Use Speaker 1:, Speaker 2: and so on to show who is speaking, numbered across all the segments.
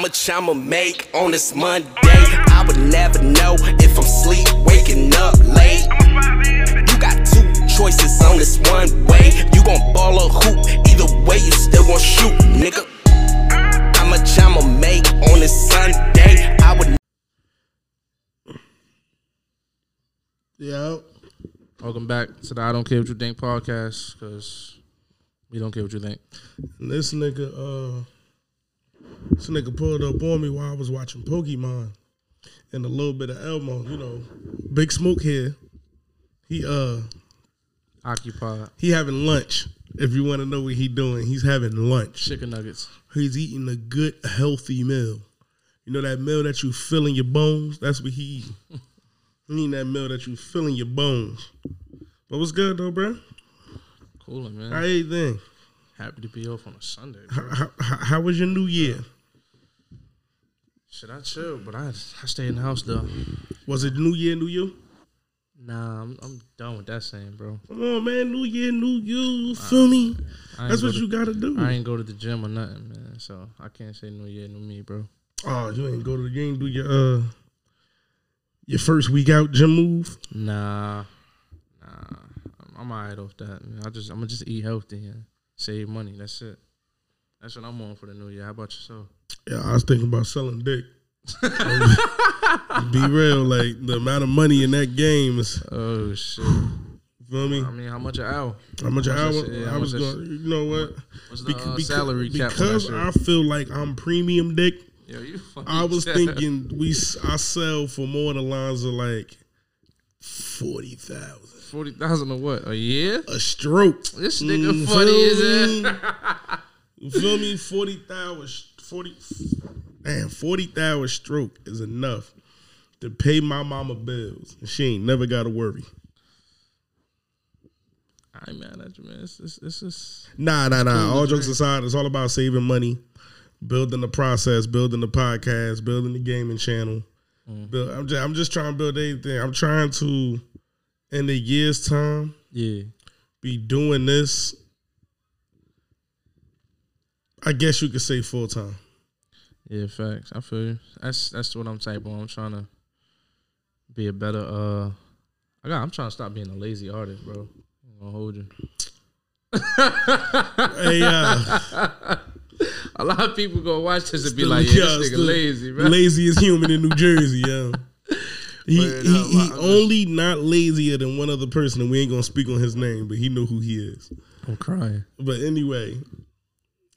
Speaker 1: much I'ma make on this Monday. I would never know if I'm sleep, waking up late. You got two choices on this one way. You gon' ball or hoop, either way, you still gon' shoot, nigga. How much I'ma make on this Sunday? I would
Speaker 2: Yep. Welcome back to the I Don't Care What You Think podcast because we don't care what you think.
Speaker 3: And this nigga, uh, this nigga pulled up on me while I was watching Pokemon and a little bit of Elmo, you know, Big Smoke here. He uh
Speaker 2: Occupied
Speaker 3: he having lunch. If you want to know what he doing, he's having lunch.
Speaker 2: chicken nuggets.
Speaker 3: He's eating a good healthy meal. You know that meal that you feel in your bones. That's what he eating. He eating that meal that you feel in your bones. But what's good though, bro?
Speaker 2: Cool, man.
Speaker 3: How everything?
Speaker 2: Happy to be off on a Sunday.
Speaker 3: How, how, how how was your New Year?
Speaker 2: Should I chill? But I I stay in the house though.
Speaker 3: Was it New Year, New You?
Speaker 2: Nah, I'm, I'm done with that saying, bro.
Speaker 3: Come on, man. New year, new you. Feel me?
Speaker 2: I ain't
Speaker 3: That's
Speaker 2: go
Speaker 3: what
Speaker 2: to-
Speaker 3: you gotta do.
Speaker 2: I ain't go to the gym or nothing, man. So I can't say no yeah, no me, bro.
Speaker 3: Oh, you ain't go to the game. Do your uh, your first week out gym move.
Speaker 2: Nah, nah. I'm, I'm alright off that. Man. I just I'm gonna just eat healthy and save money. That's it. That's what I'm on for the new year. How about yourself?
Speaker 3: Yeah, I was thinking about selling dick. Be real, like the amount of money in that game is.
Speaker 2: Oh shit.
Speaker 3: you Feel me?
Speaker 2: I mean, how much an hour?
Speaker 3: How much I
Speaker 2: much
Speaker 3: was,
Speaker 2: that shit- yeah,
Speaker 3: I
Speaker 2: how
Speaker 3: was
Speaker 2: much that
Speaker 3: going. You know what?
Speaker 2: What's the
Speaker 3: Bec-
Speaker 2: uh,
Speaker 3: beca-
Speaker 2: salary cap on that
Speaker 3: because
Speaker 2: shit?
Speaker 3: I feel like I'm premium dick.
Speaker 2: Yo, you fucking
Speaker 3: I was
Speaker 2: sad.
Speaker 3: thinking we s- I sell for more than the lines of like forty thousand.
Speaker 2: forty thousand or what? A year?
Speaker 3: a stroke.
Speaker 2: This nigga
Speaker 3: You
Speaker 2: funny
Speaker 3: feel
Speaker 2: as
Speaker 3: me? You feel me? Forty thousand, forty, man, forty thousand stroke is enough to pay my mama bills, and she ain't never got to worry.
Speaker 2: I ain't mad at you, man. It's, it's, it's just
Speaker 3: Nah, nah, nah. All jokes aside, it's all about saving money, building the process, building the podcast, building the gaming channel.
Speaker 2: Mm.
Speaker 3: Build, I'm just, I'm just trying to build anything. I'm trying to, in a year's time,
Speaker 2: yeah.
Speaker 3: be doing this. I guess you could say full time.
Speaker 2: Yeah, facts. I feel you. That's that's what I'm type on. I'm trying to be a better. uh I got. I'm trying to stop being a lazy artist, bro. I'm gonna hold you.
Speaker 3: Hey, uh,
Speaker 2: A lot of people gonna watch this and be
Speaker 3: the-
Speaker 2: like, "Yeah,
Speaker 3: it's
Speaker 2: this nigga
Speaker 3: the
Speaker 2: lazy, bro."
Speaker 3: Laziest human in New Jersey, yeah. He,
Speaker 2: Word
Speaker 3: he,
Speaker 2: up,
Speaker 3: he
Speaker 2: I'm just-
Speaker 3: only not lazier than one other person, and we ain't gonna speak on his name, but he know who he is.
Speaker 2: I'm crying.
Speaker 3: But anyway,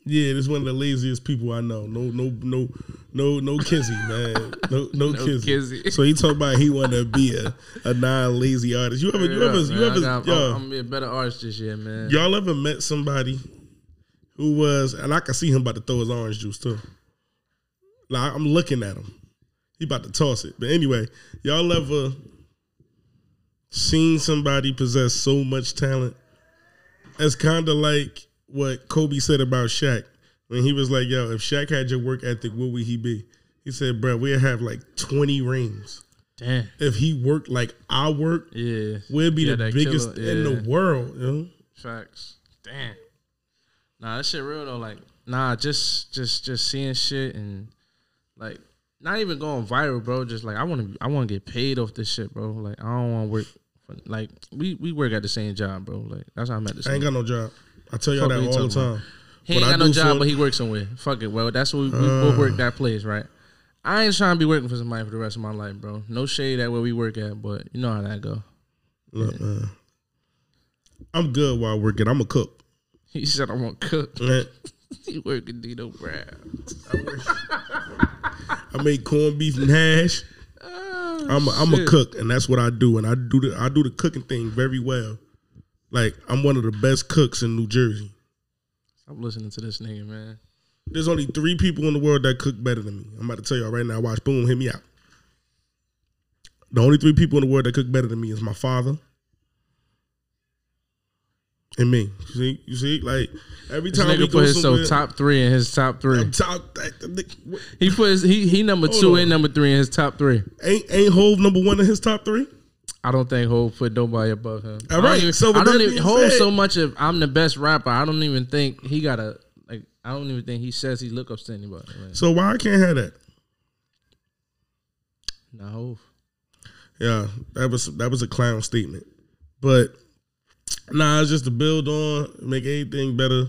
Speaker 3: yeah, this one of the laziest people I know. No, no, no, no, no kizzy, man. No, no, kizzy.
Speaker 2: kizzy.
Speaker 3: So he talking about he want to be a, a non-lazy artist. You ever, you ever, you ever,
Speaker 2: I'm,
Speaker 3: yo,
Speaker 2: I'm gonna be a better artist this year, man.
Speaker 3: Y'all ever met somebody who was, and I can see him about to throw his orange juice too. Like I'm looking at him, he about to toss it. But anyway, y'all ever seen somebody possess so much talent? It's kind of like what Kobe said about Shaq when he was like, "Yo, if Shaq had your work ethic, what would he be?" He said, "Bro, we'd have like 20 rings
Speaker 2: Damn.
Speaker 3: if he worked like I work.
Speaker 2: Yeah.
Speaker 3: We'd be
Speaker 2: Yeah,
Speaker 3: the
Speaker 2: that
Speaker 3: biggest
Speaker 2: killer,
Speaker 3: in
Speaker 2: yeah.
Speaker 3: the world." You know?
Speaker 2: Facts. Damn. Nah, that shit real though. Like, nah, just just just seeing shit and like not even going viral, bro. Just like I wanna I wanna get paid off this shit, bro. Like I don't wanna work for, like we we work at the same job, bro. Like that's how I'm at the
Speaker 3: I
Speaker 2: same
Speaker 3: ain't got no job. I tell y'all
Speaker 2: Fuck
Speaker 3: that
Speaker 2: you
Speaker 3: all the
Speaker 2: talking
Speaker 3: time.
Speaker 2: about. He ain't
Speaker 3: What I
Speaker 2: got no
Speaker 3: do
Speaker 2: job,
Speaker 3: for- Uh.
Speaker 2: but he works somewhere. Fuck it, bro. That's what we, we, we'll work that place, right? I ain't trying to be working for somebody for the rest of my life, bro. No shade at where we work at, but you know how that go.
Speaker 3: Look, man, I'm good while working. I'm a cook.
Speaker 2: He said I'm gonna cook.
Speaker 3: man.
Speaker 2: he working Dino Brown.
Speaker 3: I make corned beef and hash.
Speaker 2: Oh,
Speaker 3: I'm a, I'm a cook, and that's what I do. And I do the I do the cooking thing very well. Like I'm one of the best cooks in New Jersey.
Speaker 2: I'm listening to this nigga, man.
Speaker 3: There's only three people in the world that cook better than me. I'm about to tell y'all right now. Watch, boom, hit me out. The only three people in the world that cook better than me is my father and me. You see, you see, like every
Speaker 2: This
Speaker 3: time we
Speaker 2: nigga
Speaker 3: go
Speaker 2: put
Speaker 3: somewhere,
Speaker 2: himself top three in his top three.
Speaker 3: top, that, that, nigga-
Speaker 2: He put his, he he number
Speaker 3: Hold
Speaker 2: two
Speaker 3: on.
Speaker 2: and number three in his top three.
Speaker 3: ain't ain't Hove number one in his top three?
Speaker 2: I don't think Hov put nobody above him.
Speaker 3: All
Speaker 2: I don't
Speaker 3: right,
Speaker 2: even,
Speaker 3: so with
Speaker 2: I don't
Speaker 3: that
Speaker 2: even
Speaker 3: being
Speaker 2: Hov
Speaker 3: said-
Speaker 2: so much of I'm the best rapper. I don't even think he got a Like I don't even think he says he look ups to anybody. Like,
Speaker 3: So why I can't have that?
Speaker 2: nah, Hov.
Speaker 3: Yeah, that was that was a clown statement. But nah, it's just to build on, make everything better.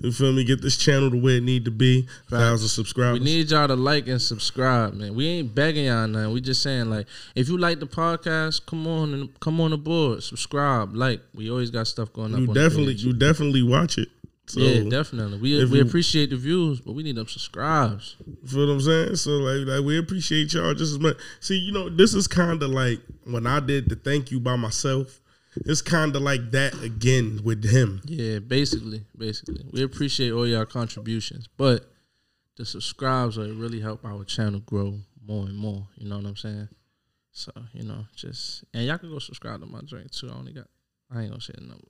Speaker 3: You feel me? Get this channel to where it need to be. Thousand
Speaker 2: We
Speaker 3: subscribers.
Speaker 2: need y'all to like and subscribe, man. We ain't begging y'all nothing. We just saying like, if you like the podcast, come on and come on aboard, subscribe, like. We always got stuff going up.
Speaker 3: you
Speaker 2: on
Speaker 3: definitely
Speaker 2: the page.
Speaker 3: you definitely watch it. So
Speaker 2: yeah, definitely. We
Speaker 3: if
Speaker 2: we
Speaker 3: you-
Speaker 2: appreciate the views, but we need them subscribes.
Speaker 3: feel what I'm saying? So like, like we appreciate y'all just as much. See, you know, this is kinda like when I did the thank you by myself. It's kinda like that again with him.
Speaker 2: Yeah, basically, basically, we appreciate all y'all contributions, but the subscribes will really help our channel grow more and more. You know what I'm saying? So you know, just and y'all can go subscribe to my drink too. I only got, I ain't gonna say the number.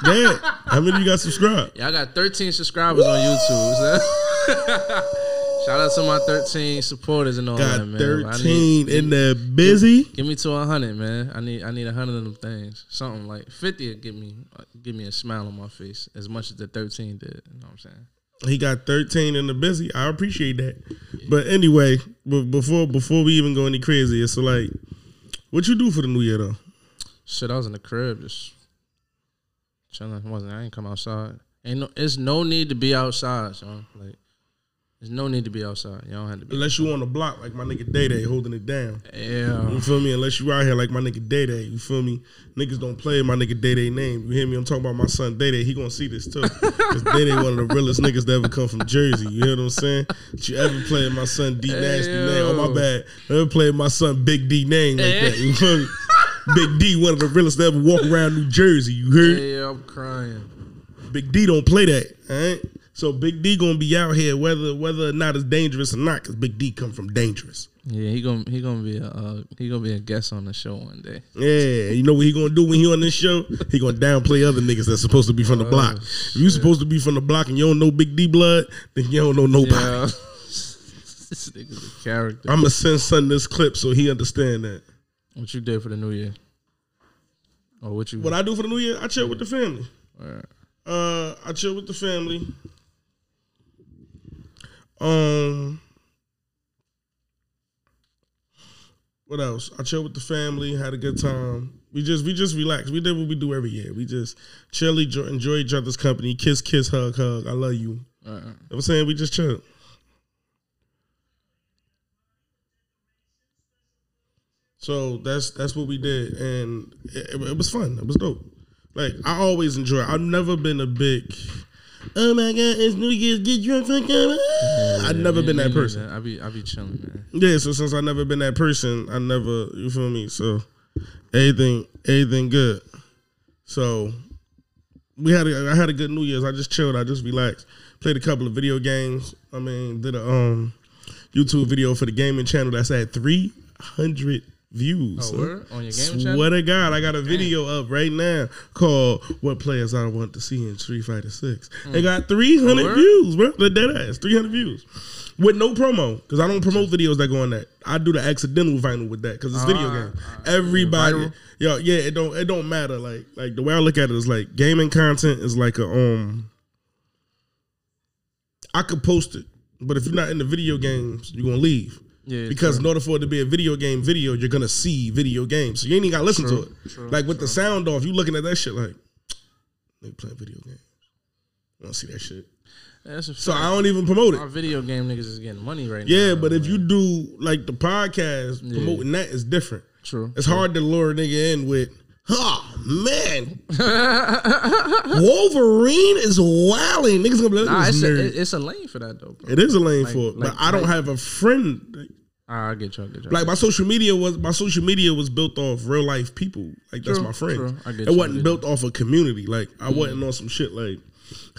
Speaker 3: Dad, how many you got subscribed?
Speaker 2: Y'all got 13 subscribers on YouTube. so- Shout out to my 13 supporters and all that,
Speaker 3: Got
Speaker 2: man. I need,
Speaker 3: thirteen in the busy.
Speaker 2: give me to 100, man. I need I need 100 of them things. Something like 50 will give me give me a smile on my face as much as the 13 did. You know what I'm saying?
Speaker 3: He got 13 in the busy. I appreciate that. But anyway, but before before we even go any crazier, so like, what you do for the new year though?
Speaker 2: Shit, I was in the crib just chilling. I wasn't. I ain't come outside. Ain't no. It's no need to be outside, son. Like, there's no need to be outside. Y'all don't have to be.
Speaker 3: Unless you on the block like my nigga Day Day holding it down.
Speaker 2: Yeah.
Speaker 3: You feel me? Unless you out here like my nigga Day Day. You feel me? Niggas don't play my nigga Day Day name. You hear me? I'm talking about my son Day Day. He gonna see this too. Cause Day Day one of the realest niggas to ever come from Jersey. You hear what I'm saying? That you ever played my son D Nasty name? Oh my
Speaker 2: Ew.
Speaker 3: bad. Ever played my son Big D name like that? You feel me? Big D, one of the realest to ever walk around New Jersey. You heard?
Speaker 2: Yeah, I'm crying.
Speaker 3: Big D don't play that. All right. So Big D gonna be out here whether whether or not it's dangerous or not. Cause Big D come from dangerous.
Speaker 2: Yeah, he gonna he gonna be a uh, he gonna be a guest on the show one day.
Speaker 3: Yeah, you know what he gonna do when he on this show? He gonna downplay other niggas that's supposed to be from the block. If you supposed to be from the block and you don't know Big D blood, then you don't know nobody.
Speaker 2: Yeah, this nigga's a character.
Speaker 3: I'ma send son this clip so he understand that.
Speaker 2: What you did for the new year? Or what you?
Speaker 3: What I do for the new year, I chill with the family.
Speaker 2: Alright.
Speaker 3: Uh, I chill with the family. Um, what else? I chill with the family. Had a good time. We just we just relaxed. We did what we do every year. We just chill, enjoy, enjoy each other's company. Kiss, kiss, hug, hug. I love you. You
Speaker 2: alright.
Speaker 3: know what I'm saying we just chill. So that's that's what we did, and it, it- it was fun. It was dope. Like I always enjoy. It. I've never been a big. Oh my god, it's New Year's. Get drunk, fuck up. I've never
Speaker 2: Me-
Speaker 3: been
Speaker 2: me
Speaker 3: that
Speaker 2: neither.
Speaker 3: person.
Speaker 2: I be I be chilling, man.
Speaker 3: Yeah, so since I never been that person, I never you feel me. So anything, anything good. So we had a, I had a good New Year's. I just chilled. I just relaxed. Played a couple of video games. I mean, did a um YouTube video for the gaming channel that's at three hundred views.
Speaker 2: Oh, word? On your gaming
Speaker 3: Swear
Speaker 2: channel?
Speaker 3: to God, I got a video up right now called "What Players I Want to See in Street Fighter 6. It got three hundred
Speaker 2: Mm. Word?
Speaker 3: views, bro. The dead ass, three hundred views with no promo because I don't promote videos that go on that. I do the accidental vinyl with that because it's video
Speaker 2: Ah,
Speaker 3: game. Everybody,
Speaker 2: Viral?
Speaker 3: yo, yeah, it don't it don't matter. Like like the way I look at it is like gaming content is like a um. I could post it, but if you're not in the video games, you're gonna leave.
Speaker 2: Yeah,
Speaker 3: because in order for it to be a video game video, you're gonna see video games. So you ain't even gotta listen to it. like with the sound off, you looking at that shit like they playing video games. I don't see that shit.
Speaker 2: That's a
Speaker 3: So
Speaker 2: fact.
Speaker 3: I don't even promote it.
Speaker 2: Our video game niggas is getting money right now.
Speaker 3: Yeah, but if you do like the podcast promoting that is different.
Speaker 2: True.
Speaker 3: It's hard to lure a nigga in with, oh man, Wolverine is wilding. Niggas gonna be like,
Speaker 2: Nah,
Speaker 3: "This
Speaker 2: it's a,
Speaker 3: nerd."
Speaker 2: it- it's a lane for that though. Bro.
Speaker 3: it is a lane for it,
Speaker 2: like-
Speaker 3: but I don't have a friend.
Speaker 2: Ah, I get you. I get you.
Speaker 3: Like my social media was my social media was built off real life people. Like that's
Speaker 2: True,
Speaker 3: my friends.
Speaker 2: true. I get
Speaker 3: It
Speaker 2: you, Hmm. I
Speaker 3: wasn't
Speaker 2: get
Speaker 3: built off a community. Like I wasn't on some shit like,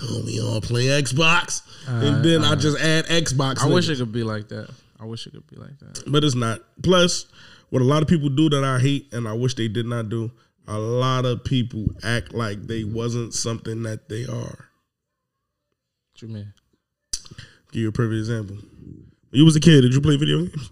Speaker 3: oh, we all play Xbox, and then I just add Xbox.
Speaker 2: Uh, I wish
Speaker 3: niggas.
Speaker 2: it could be like that. I wish it could be like that.
Speaker 3: but it's not. Plus, what a lot of people do that I hate and I wish they did not do, a lot of people act like they wasn't something that they are.
Speaker 2: What you mean?
Speaker 3: Give you a perfect example. When you was a kid, did you play video games?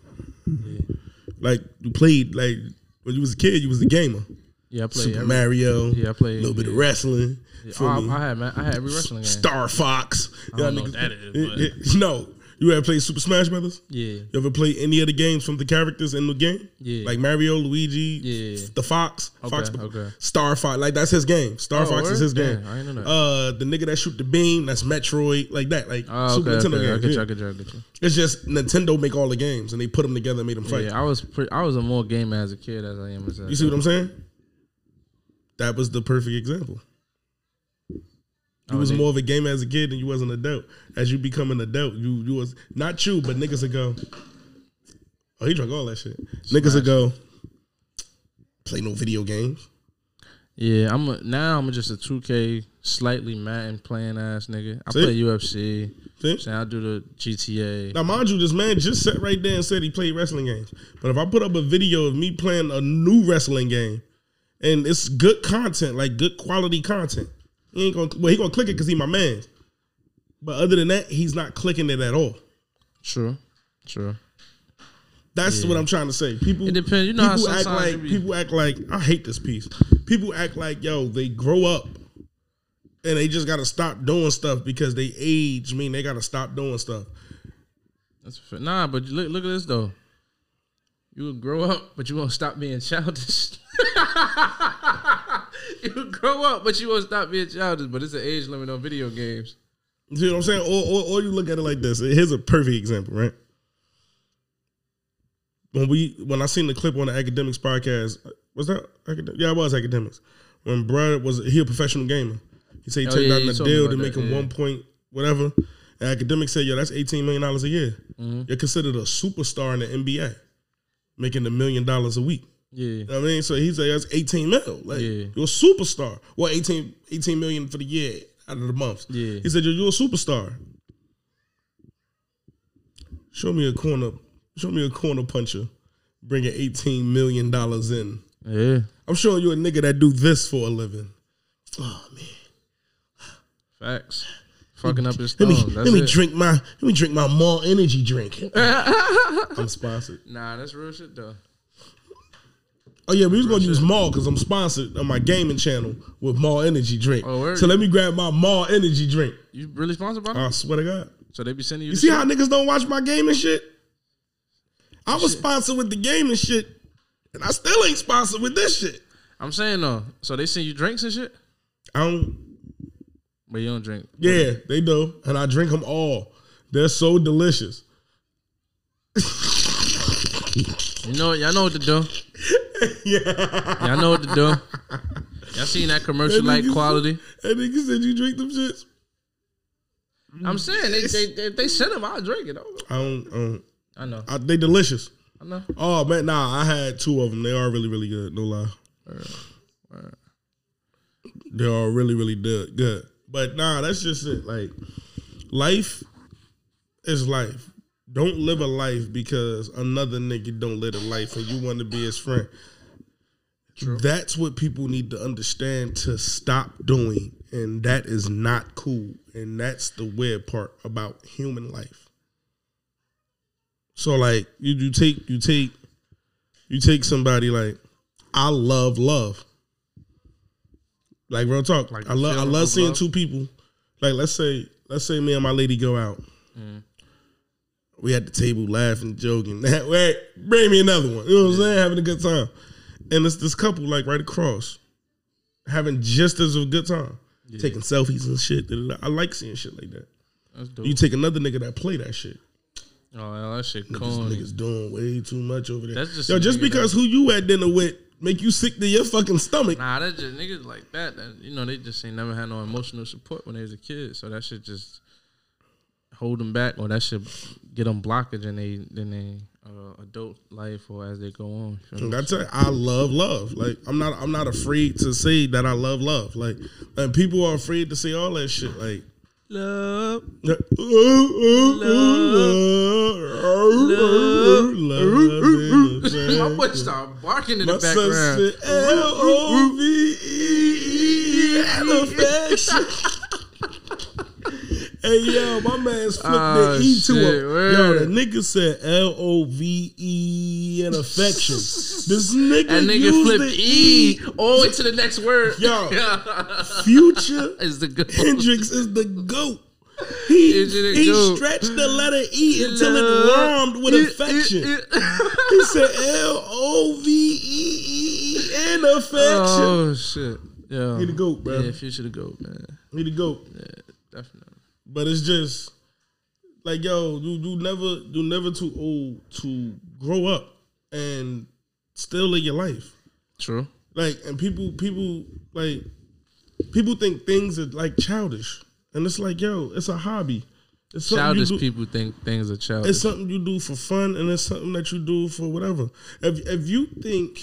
Speaker 3: Like you played like when you was a kid, you was a gamer.
Speaker 2: Yeah, I play
Speaker 3: Super
Speaker 2: every,
Speaker 3: Mario,
Speaker 2: Yeah, I played-
Speaker 3: a little bit of
Speaker 2: yeah.
Speaker 3: wrestling,
Speaker 2: Oh,
Speaker 3: Fully.
Speaker 2: I, I had man, I had every wrestling game.
Speaker 3: Star Fox. I
Speaker 2: don't know what that is, but-
Speaker 3: No. You ever play Super Smash Brothers?
Speaker 2: Yeah,
Speaker 3: You ever play any of the games from the characters in the game?
Speaker 2: Yeah.
Speaker 3: Like Mario, Luigi,
Speaker 2: Yeah.
Speaker 3: the Fox, Fox,
Speaker 2: okay.
Speaker 3: Star Fox. Like that's his game. Star
Speaker 2: Oh,
Speaker 3: Fox
Speaker 2: word?
Speaker 3: is his
Speaker 2: Damn,
Speaker 3: game.
Speaker 2: I didn't know that.
Speaker 3: Uh, the nigga that shoot the beam, that's Metroid. Like that. Like
Speaker 2: oh, okay,
Speaker 3: Super Nintendo
Speaker 2: okay. I
Speaker 3: games.
Speaker 2: get
Speaker 3: yeah.
Speaker 2: you, I get you, I get you.
Speaker 3: It's just Nintendo make all the games and they put them together and made them fight.
Speaker 2: Yeah, I was pre- I was a more gamer as a kid as I am as a.
Speaker 3: You see what I'm saying? That was the perfect example. You
Speaker 2: Oh,
Speaker 3: was
Speaker 2: they-
Speaker 3: more of a gamer as a kid than you was an adult. As you become an adult, you you was not you, but niggas ago. Oh, he drunk all that shit. Niggas ago, play no video games.
Speaker 2: Yeah, I'm a, now I'm just a 2K slightly Madden playing ass nigga. I
Speaker 3: See?
Speaker 2: play UFC.
Speaker 3: See?
Speaker 2: So I do the GTA.
Speaker 3: Now, mind you, this man just sat right there and said he played wrestling games. But if I put up a video of me playing a new wrestling game, and it's good content, like good quality content, he ain't gonna well, he gonna click it because he my man. But other than that, he's not clicking it at all.
Speaker 2: True, true.
Speaker 3: That's what I'm trying to say. People
Speaker 2: It depends. You know how
Speaker 3: people act
Speaker 2: sometimes
Speaker 3: like
Speaker 2: you be-
Speaker 3: people act like I hate this piece. People act like yo, they grow up and they just gotta stop doing stuff because they age. Mean they gotta stop doing stuff.
Speaker 2: That's a fact. nah, but look look at this though. You would grow up, but you won't stop being childish. you would grow up, but you won't stop being childish. But it's an age limit on video games.
Speaker 3: You see what I'm saying? Or, or, or you look at it like this. Here's a perfect example, right? When we when I seen the clip on the academics podcast, was that academic? Yeah, it was academics. When Brad was he a professional gamer, he said he
Speaker 2: Oh,
Speaker 3: turned
Speaker 2: yeah,
Speaker 3: down
Speaker 2: you
Speaker 3: the
Speaker 2: told me
Speaker 3: deal to
Speaker 2: about
Speaker 3: make
Speaker 2: that,
Speaker 3: him
Speaker 2: yeah.
Speaker 3: one point whatever. And academics said, "Yo, that's eighteen million dollars a year.
Speaker 2: Mm-hmm.
Speaker 3: You're considered a superstar in the NBA, making a million dollars a week."
Speaker 2: Yeah,
Speaker 3: You know what I mean, so he's like, that's 18 mil. Like,
Speaker 2: Yeah.
Speaker 3: you're a superstar. Well, 18, 18 million for the year out of the month.
Speaker 2: Yeah.
Speaker 3: He said, you're, you're a superstar. Show me a corner, show me a corner puncher bringing 18 million dollars in.
Speaker 2: yeah.
Speaker 3: I'm showing you a nigga that do this for a living. Oh man.
Speaker 2: Facts. Fucking up his
Speaker 3: Let me
Speaker 2: stones. Oh, That's
Speaker 3: let me
Speaker 2: it.
Speaker 3: drink my let me drink my mall energy drink. I'm sponsored.
Speaker 2: Nah, that's real shit though.
Speaker 3: Oh yeah, we was gonna use Mall because I'm sponsored on my gaming channel with Mall Energy drink.
Speaker 2: Oh, word.
Speaker 3: so let me grab my Mall Energy drink.
Speaker 2: You really sponsored by them?
Speaker 3: I swear to God.
Speaker 2: so they be sending
Speaker 3: Uh,
Speaker 2: you.
Speaker 3: You
Speaker 2: the
Speaker 3: see
Speaker 2: shit?
Speaker 3: how niggas don't watch my game and shit? I was sponsored with the game and shit, and I still ain't sponsored with this shit.
Speaker 2: I'm saying though. So they send you drinks and shit,
Speaker 3: I don't.
Speaker 2: but you don't drink.
Speaker 3: Yeah, they do, and I drink them all. They're so delicious.
Speaker 2: You know, y'all know what to do. yeah, y'all know what to do. Y'all seen that commercial
Speaker 3: That
Speaker 2: like
Speaker 3: nigga-
Speaker 2: quality?
Speaker 3: And niggas said you drink them shits.
Speaker 2: I'm saying they they they, they send them. I'll drink it.
Speaker 3: I don't. I don't
Speaker 2: I know.
Speaker 3: I, they delicious.
Speaker 2: I know.
Speaker 3: Oh man, nah. I had two of them. They are really, really good. No lie. They are really, really good. Good. But nah, that's just it. Like life is life. Don't live a life because another nigga don't live a life and you want to be his friend. That's what people need to understand to stop doing, and that is not cool. And that's the weird part about human life. So like you, you take you take you take somebody like I love love. Like real talk.
Speaker 2: Like
Speaker 3: I love I
Speaker 2: feeling
Speaker 3: love
Speaker 2: of
Speaker 3: seeing
Speaker 2: love?
Speaker 3: two people. Like let's say let's say me and my lady go out.
Speaker 2: Mm.
Speaker 3: We at the table laughing, joking. Wait, bring me another one. You know what I'm saying? Having a good time. And it's this couple like right across, having just as a good time, taking selfies and shit. da-da-da. I like seeing shit like that.
Speaker 2: That's dope.
Speaker 3: You take another nigga that play that shit.
Speaker 2: oh, yeah, that shit
Speaker 3: This
Speaker 2: corny.
Speaker 3: nigga's doing way too much over there.
Speaker 2: That's just
Speaker 3: Yo,
Speaker 2: a
Speaker 3: just
Speaker 2: nigga
Speaker 3: because who you at dinner with make you sick to your fucking stomach.
Speaker 2: Nah, that's just niggas like that, that. You know, they just ain't never had no emotional support when they was a kid. So that shit just hold them back, or that shit get them blockage in they in they uh, adult life or as they go on. You feel me?
Speaker 3: That's it. I love love. Like I'm not I'm not afraid to say that I love love. Like and people are afraid to say all that shit. Like
Speaker 2: Love.
Speaker 3: Love, love,
Speaker 2: My boy started barking in
Speaker 3: My
Speaker 2: the
Speaker 3: son
Speaker 2: background.
Speaker 3: said L O V E E E, elephant. Hey yo, my man's flipped
Speaker 2: Ah,
Speaker 3: the E to
Speaker 2: shit,
Speaker 3: him. Yo,
Speaker 2: word.
Speaker 3: the nigga said L O V E and affection. this nigga,
Speaker 2: That nigga
Speaker 3: used
Speaker 2: flipped
Speaker 3: the
Speaker 2: E all the way to the next word.
Speaker 3: Yo. Future
Speaker 2: is the good
Speaker 3: Hendrix is the goat. He,
Speaker 2: Is it a
Speaker 3: he
Speaker 2: goat?
Speaker 3: stretched the letter E until it
Speaker 2: Love.
Speaker 3: rhymed with affection. He said L O V E E E and affection.
Speaker 2: oh shit. Yeah.
Speaker 3: He the goat, bro.
Speaker 2: Yeah, future the goat, man.
Speaker 3: He the goat.
Speaker 2: Definitely.
Speaker 3: But it's just like yo, you you never you never too old to grow up and still live your life.
Speaker 2: True.
Speaker 3: Like and people people like people think things are like childish. And it's like, yo, it's a hobby. It's something
Speaker 2: Childish
Speaker 3: you do,
Speaker 2: people think things are childish.
Speaker 3: It's something you do for fun and it's something that you do for whatever. If if you think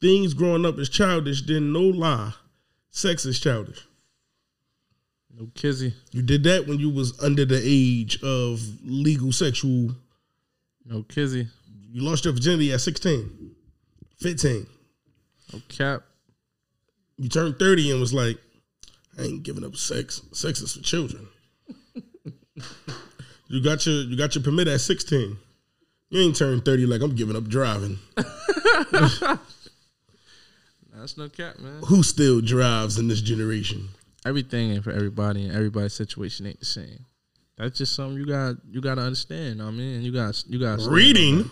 Speaker 3: things growing up is childish, then no lie, sex is childish.
Speaker 2: no kizzy.
Speaker 3: You did that when you was under the age of legal sexual.
Speaker 2: No kizzy.
Speaker 3: You lost your virginity at 16, 15.
Speaker 2: No cap.
Speaker 3: You turned 30 and was like, I ain't giving up sex. Sex is for children. you got your you got your permit at 16. You ain't turned 30 like I'm giving up driving.
Speaker 2: That's no cap, man.
Speaker 3: Who still drives in this generation?
Speaker 2: Everything ain't for everybody and everybody's situation ain't the same. That's just something you got you gotta understand. I mean, you got you got
Speaker 3: Reading?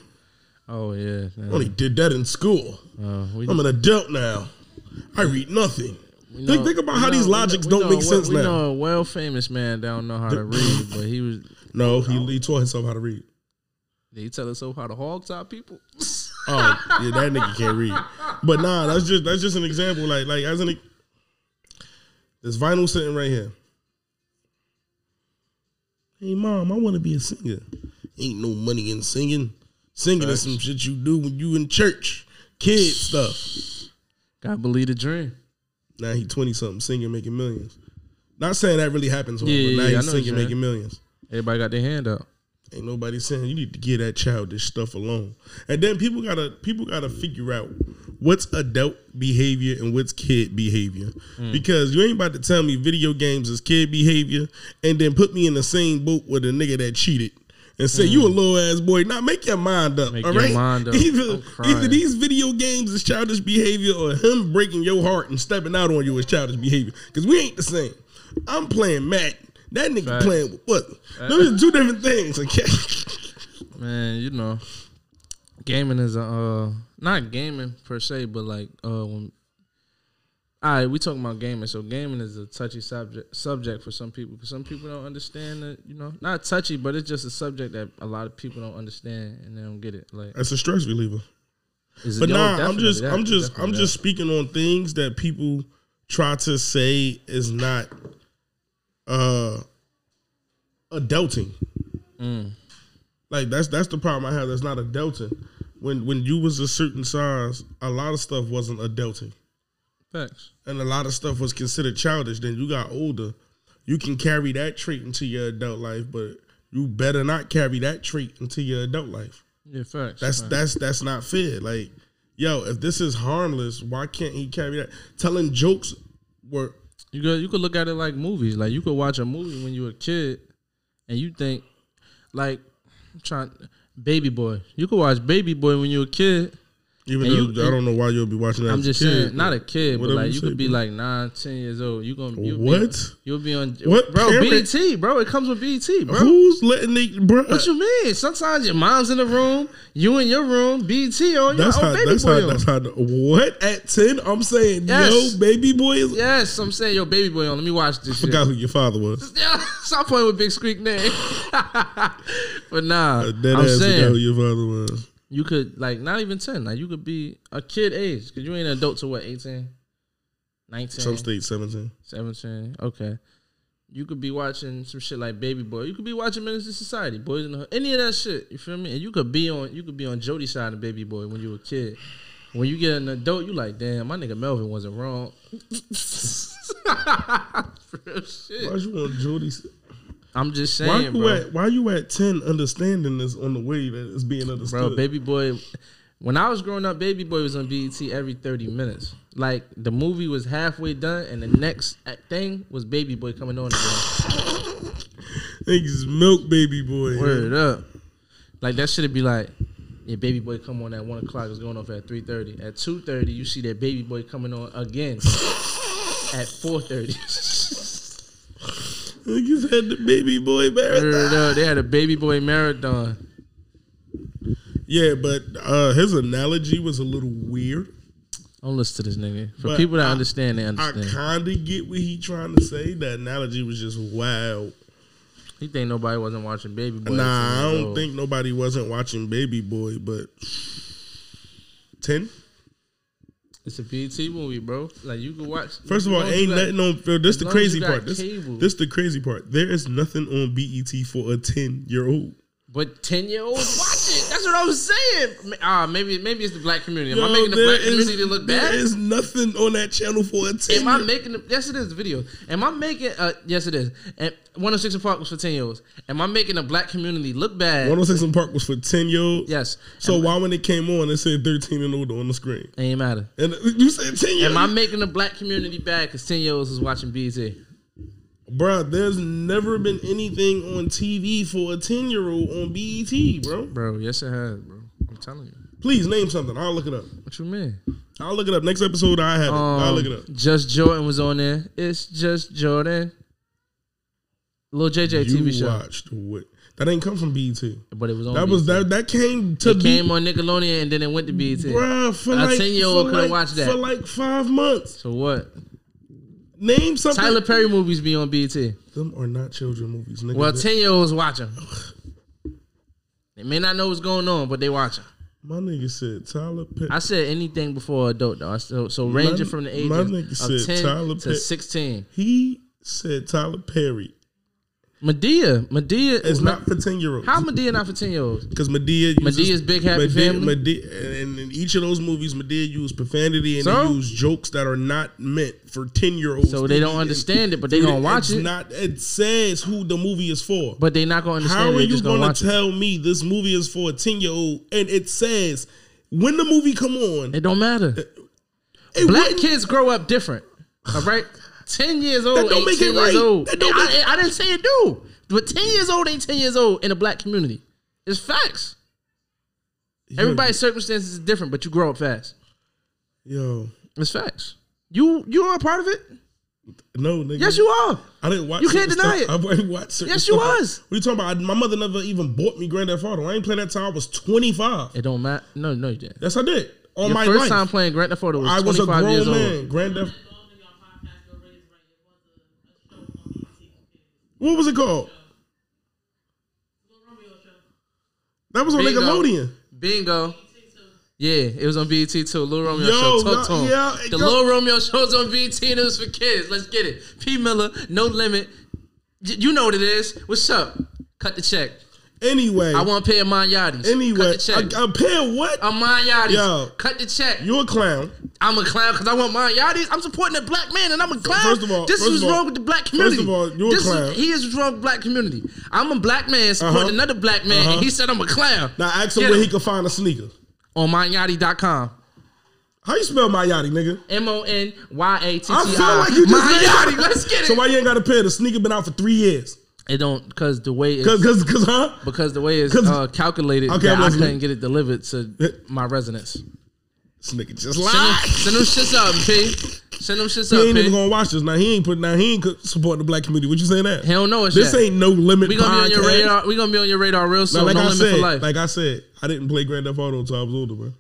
Speaker 2: Oh yeah, man.
Speaker 3: Only did that in school.
Speaker 2: Uh, we,
Speaker 3: I'm an adult now. I read nothing.
Speaker 2: we
Speaker 3: think,
Speaker 2: know-
Speaker 3: think about
Speaker 2: we
Speaker 3: how
Speaker 2: know-
Speaker 3: these
Speaker 2: we know-
Speaker 3: logics
Speaker 2: we
Speaker 3: don't
Speaker 2: know
Speaker 3: make
Speaker 2: a
Speaker 3: sense
Speaker 2: we
Speaker 3: now.
Speaker 2: know a well famous man that don't know how to read, but he was
Speaker 3: No, he, he taught himself how to read.
Speaker 2: They tell us so how to hog tie people.
Speaker 3: Oh, yeah, that nigga can't read. But nah, that's just that's just an example. Like like as an e-, this vinyl sitting right here. Hey mom, I want to be a singer. Ain't no money in singing. Singing is some shit you do when you in church, kid stuff.
Speaker 2: Gotta believe the dream.
Speaker 3: Now he twenty something, singing making millions. Not saying that really happens, to him,
Speaker 2: Yeah, yeah,
Speaker 3: but now
Speaker 2: yeah, I
Speaker 3: he's
Speaker 2: know what you're
Speaker 3: singing
Speaker 2: saying.
Speaker 3: making millions.
Speaker 2: Everybody got their hand up.
Speaker 3: Ain't nobody saying you need to get that childish stuff alone. And then people gotta people gotta figure out what's adult behavior and what's kid behavior.
Speaker 2: Mm.
Speaker 3: Because you ain't about to tell me video games is kid behavior and then put me in the same boat with a nigga that cheated. And say you a little ass boy. Now make your mind up.
Speaker 2: Mm. Make
Speaker 3: all
Speaker 2: your
Speaker 3: right.
Speaker 2: mind up.
Speaker 3: Either,
Speaker 2: I'm crying.
Speaker 3: either these video games is childish behavior or him breaking your heart and stepping out on you is childish behavior. Because we ain't the same. I'm playing Mac. That nigga
Speaker 2: Facts.
Speaker 3: playing with what? Those are two different things, okay?
Speaker 2: Man, you know. Gaming is a uh not gaming per se, but like uh when Alright, we talking about gaming, so gaming is a touchy subject subject for some people because some people don't understand that, you know. Not touchy, but it's just a subject that a lot of people don't understand and they don't get it. Like
Speaker 3: That's a stress reliever.
Speaker 2: is it-
Speaker 3: But
Speaker 2: yo,
Speaker 3: nah, I'm
Speaker 2: definitely
Speaker 3: just
Speaker 2: that,
Speaker 3: I'm just I'm
Speaker 2: definitely
Speaker 3: just speaking on things that people try to say is not uh adulting.
Speaker 2: Mm.
Speaker 3: Like that's that's the problem I have. That's not adulting. When when you was a certain size, a lot of stuff wasn't adulting.
Speaker 2: that. Facts.
Speaker 3: and a lot of stuff was considered childish. Then you got older, you can carry that trait into your adult life, but you better not carry that trait into your adult life.
Speaker 2: Yeah, facts.
Speaker 3: That's
Speaker 2: facts.
Speaker 3: that's that's not fair. Like, yo, if this is harmless, why can't he carry that? Telling jokes were
Speaker 2: You could you could look at it like movies. Like you could watch a movie when you were a kid, and you think, like, I'm trying Baby Boy. You could watch Baby Boy when you were a kid.
Speaker 3: even
Speaker 2: And
Speaker 3: though
Speaker 2: you-
Speaker 3: I don't know why you'll be watching that.
Speaker 2: I'm
Speaker 3: as
Speaker 2: just
Speaker 3: a kid,
Speaker 2: saying, not a kid, but
Speaker 3: Whatever
Speaker 2: like
Speaker 3: you
Speaker 2: you
Speaker 3: say,
Speaker 2: could be
Speaker 3: bro.
Speaker 2: like nine, ten years old. You gonna you'll Be,
Speaker 3: What?
Speaker 2: you'll be on
Speaker 3: What
Speaker 2: bro?
Speaker 3: parent-
Speaker 2: BT, bro. It comes with BT, bro.
Speaker 3: Who's letting they bruh?
Speaker 2: What you mean? Sometimes your mom's in the room, you in your room, BT on your
Speaker 3: that's
Speaker 2: own
Speaker 3: how
Speaker 2: oh, baby
Speaker 3: that's
Speaker 2: boy.
Speaker 3: how
Speaker 2: on.
Speaker 3: that's how what at ten? I'm saying
Speaker 2: Yes.
Speaker 3: yo, baby boy is
Speaker 2: yes, I'm saying yo, baby boy on. Let me watch this. shit.
Speaker 3: forgot who your father was.
Speaker 2: Yeah, stop playing with Big Squeak name. but nah,
Speaker 3: That
Speaker 2: I'm
Speaker 3: ass forgot who
Speaker 2: saying
Speaker 3: your father was.
Speaker 2: you could like not even ten. Like you could be a kid age because you ain't an adult to what 18, 19,
Speaker 3: Some state seventeen.
Speaker 2: 17. Okay, you could be watching some shit like Baby Boy. You could be watching Menace to Society, Boys in the Hood, any of that shit. You feel me? And you could be on you could be on Jody's side of Baby Boy when you were a kid. When you get an adult, you like, damn, my nigga Melvin wasn't wrong. Real shit.
Speaker 3: Why you want Jody's?
Speaker 2: I'm just
Speaker 3: Why
Speaker 2: saying,
Speaker 3: you
Speaker 2: bro.
Speaker 3: at Why you at ten understanding this on the way that it's being understood?
Speaker 2: Bro, Baby Boy. When I was growing up, Baby Boy was on BET every 30 minutes. Like the movie was halfway done, and the next act- thing was Baby Boy coming on again.
Speaker 3: Niggas milk baby boy.
Speaker 2: Word up. Like that should be like, yeah, baby boy come on at one o'clock. It's going off at three thirty. At two thirty, you see that baby boy coming on again. at four thirty.
Speaker 3: Niggas had the baby boy
Speaker 2: Word
Speaker 3: marathon.
Speaker 2: up. They had a baby boy marathon.
Speaker 3: Yeah, but uh, his analogy was a little weird.
Speaker 2: Don't listen to this nigga. For
Speaker 3: But
Speaker 2: people that
Speaker 3: I-
Speaker 2: understand, they
Speaker 3: I
Speaker 2: understand.
Speaker 3: kinda get what he trying to say. That analogy was just wild.
Speaker 2: He think nobody wasn't watching Baby Boy. at
Speaker 3: nah,
Speaker 2: 10
Speaker 3: I
Speaker 2: years
Speaker 3: don't
Speaker 2: old.
Speaker 3: think nobody wasn't watching Baby Boy, but ten.
Speaker 2: it's a PET movie, bro. Like you can watch.
Speaker 3: First of all,
Speaker 2: you
Speaker 3: ain't
Speaker 2: got-
Speaker 3: nothing on. Bro, this
Speaker 2: as
Speaker 3: the
Speaker 2: long as
Speaker 3: crazy
Speaker 2: you got
Speaker 3: part. This,
Speaker 2: cable.
Speaker 3: this the crazy part. There is nothing on BET for a ten year old.
Speaker 2: But ten year olds watch it. That's what I was saying. Ah, maybe maybe it's the black community. Am I
Speaker 3: Yo,
Speaker 2: making the
Speaker 3: there
Speaker 2: black
Speaker 3: is-
Speaker 2: community look bad?
Speaker 3: There is nothing on that channel for a ten.
Speaker 2: Am I making? A, yes, it is video. Am I making? Uh, yes, it is. And 106 and Park was for ten year olds. Am I making the black community look bad?
Speaker 3: 106 in oh Park was for ten year old.
Speaker 2: yes.
Speaker 3: So why when it came on, it said thirteen and older on the screen,
Speaker 2: Ain't matter.
Speaker 3: and you said ten year.
Speaker 2: Am I making the black community bad because ten year olds is watching BZ?
Speaker 3: Bruh, there's never been anything on TV for a 10 year old on BET, bro.
Speaker 2: Bro, yes it has, bro. I'm telling you.
Speaker 3: Please name something. I'll look it up.
Speaker 2: What you mean?
Speaker 3: I'll look it up. Next episode, I have it.
Speaker 2: Um,
Speaker 3: I'll look it up.
Speaker 2: Just Jordan was on there. It's just Jordan. Lil JJ
Speaker 3: You
Speaker 2: TV show,
Speaker 3: watched what? That ain't come from BET.
Speaker 2: but it was on.
Speaker 3: That was that.
Speaker 2: BET.
Speaker 3: That came to
Speaker 2: It
Speaker 3: be-
Speaker 2: came on Nickelodeon and then it went to BET.
Speaker 3: Bruh, for
Speaker 2: A
Speaker 3: like
Speaker 2: 10-year-old
Speaker 3: for like-
Speaker 2: could've watched that.
Speaker 3: for like five months.
Speaker 2: So what?
Speaker 3: Name something.
Speaker 2: Tyler Perry movies be on BET.
Speaker 3: Them are not children movies. Nigga.
Speaker 2: Well,
Speaker 3: They-
Speaker 2: ten year olds watching. They may not know what's going on, but they watching.
Speaker 3: my nigga said Tyler Perry.
Speaker 2: I said anything before adult though. I- So, so ranging from the
Speaker 3: my
Speaker 2: ages
Speaker 3: nigga
Speaker 2: of
Speaker 3: said
Speaker 2: ten
Speaker 3: Tyler
Speaker 2: to
Speaker 3: Perry.
Speaker 2: sixteen.
Speaker 3: he said Tyler Perry.
Speaker 2: Medea, Medea
Speaker 3: It's
Speaker 2: is
Speaker 3: not for ten year olds.
Speaker 2: How Medea not for ten year olds?
Speaker 3: Because Medea uses,
Speaker 2: Medea's Big Happy Family?
Speaker 3: Medea, and in each of those movies, Medea used profanity and
Speaker 2: So?
Speaker 3: they used jokes that are not meant for ten year olds.
Speaker 2: So they don't understand it, but they gonna watch it.
Speaker 3: Not it says who the movie is for.
Speaker 2: But they not gonna
Speaker 3: How
Speaker 2: understand.
Speaker 3: are
Speaker 2: They
Speaker 3: you
Speaker 2: just gonna
Speaker 3: gonna
Speaker 2: watch it.
Speaker 3: tell me this movie is for a ten year old and it says when the movie come on?
Speaker 2: It don't matter.
Speaker 3: it
Speaker 2: Black
Speaker 3: wouldn't-
Speaker 2: kids grow up different. All right, ten years old
Speaker 3: don't
Speaker 2: ain't
Speaker 3: make
Speaker 2: ten
Speaker 3: it right.
Speaker 2: years old.
Speaker 3: That don't
Speaker 2: I,
Speaker 3: make-
Speaker 2: I- I didn't say it do, but ten years old ain't ten years old in the black community. It's facts. Everybody's circumstances is different, but you grow up fast.
Speaker 3: yo,
Speaker 2: It's facts. You you are a part of it.
Speaker 3: no, nigga.
Speaker 2: Yes, you are.
Speaker 3: I didn't watch.
Speaker 2: You can't
Speaker 3: certain
Speaker 2: deny
Speaker 3: stuff. I didn't watch. certain
Speaker 2: Yes, you
Speaker 3: stuff.
Speaker 2: was.
Speaker 3: What are you talking about? I- my mother never even bought me Grand Theft Auto. I ain't playing that till I was twenty five.
Speaker 2: It don't matter. No, no, you didn't.
Speaker 3: Yes, I did. On
Speaker 2: Your
Speaker 3: my
Speaker 2: first
Speaker 3: life.
Speaker 2: time playing Grand Theft Auto
Speaker 3: I
Speaker 2: was
Speaker 3: was a
Speaker 2: twenty five
Speaker 3: grown
Speaker 2: years
Speaker 3: man.
Speaker 2: old.
Speaker 3: Grand Theft.
Speaker 4: involved in your podcast, Your Raise Right. It was a, a show on BT.
Speaker 3: What was it called?
Speaker 4: Little Romeo show.
Speaker 3: That was on
Speaker 2: Bingo.
Speaker 3: Nickelodeon.
Speaker 2: Bingo. Yeah, it was on BET too. Lil Romeo
Speaker 3: Yo,
Speaker 2: show. Talk
Speaker 3: y'all-
Speaker 2: to 'em.
Speaker 3: yeah,
Speaker 2: the
Speaker 3: yo-
Speaker 2: Lil Romeo show's on BET and it was for kids. Let's get it. P Miller, No Limit. Y- you know what it is. What's up? Cut the check.
Speaker 3: Anyway,
Speaker 2: I want to pay a Mon Yachty's.
Speaker 3: anyway,
Speaker 2: cut the
Speaker 3: I,
Speaker 2: check.
Speaker 3: I pay what?
Speaker 2: I'm Mon Yachty's.
Speaker 3: Yo.
Speaker 2: Cut the check.
Speaker 3: you a clown.
Speaker 2: I'm a clown because I want Mon Yachty's. I'm supporting a black man and I'm a clown.
Speaker 3: first of all-
Speaker 2: this
Speaker 3: first
Speaker 2: is
Speaker 3: of all-
Speaker 2: wrong with the black
Speaker 3: first of
Speaker 2: community.
Speaker 3: all, you a
Speaker 2: This is-
Speaker 3: clown.
Speaker 2: he is wrong with black community. I'm a black man supporting
Speaker 3: Uh-huh.
Speaker 2: another black man
Speaker 3: Uh-huh.
Speaker 2: and he said I'm a clown.
Speaker 3: Now ask him
Speaker 2: Get
Speaker 3: where
Speaker 2: him.
Speaker 3: he could find a sneaker.
Speaker 2: On MonYachty.com.
Speaker 3: How you spell my yachty, nigga?
Speaker 2: M O N Y A T T I.
Speaker 3: I feel like you just made
Speaker 2: Mayotti,
Speaker 3: it.
Speaker 2: let's get it.
Speaker 3: So why you ain't got a pair? The sneaker been out for three years.
Speaker 2: it don't because the way it's,
Speaker 3: Cause, cause, cause, huh?
Speaker 2: because the way it's
Speaker 3: 'cause-
Speaker 2: uh, calculated
Speaker 3: Okay,
Speaker 2: that
Speaker 3: I'm
Speaker 2: I
Speaker 3: listening.
Speaker 2: couldn't get it delivered to my residence.
Speaker 3: This nigga just
Speaker 2: Send them,
Speaker 3: lied.
Speaker 2: send them shits up, P. Send them shits
Speaker 3: He
Speaker 2: up,
Speaker 3: ain't even
Speaker 2: P.
Speaker 3: gonna watch this. Now he ain't put. Now he ain't supporting the black community. What you saying that?
Speaker 2: He don't know us
Speaker 3: This
Speaker 2: yet.
Speaker 3: ain't no limit.
Speaker 2: We gonna be on your
Speaker 3: podcast.
Speaker 2: radar. We gonna be on your radar real
Speaker 3: Now,
Speaker 2: soon.
Speaker 3: like
Speaker 2: no
Speaker 3: I
Speaker 2: limit
Speaker 3: said,
Speaker 2: for life.
Speaker 3: like I said, I didn't play Grand Theft Auto until I was older, bro.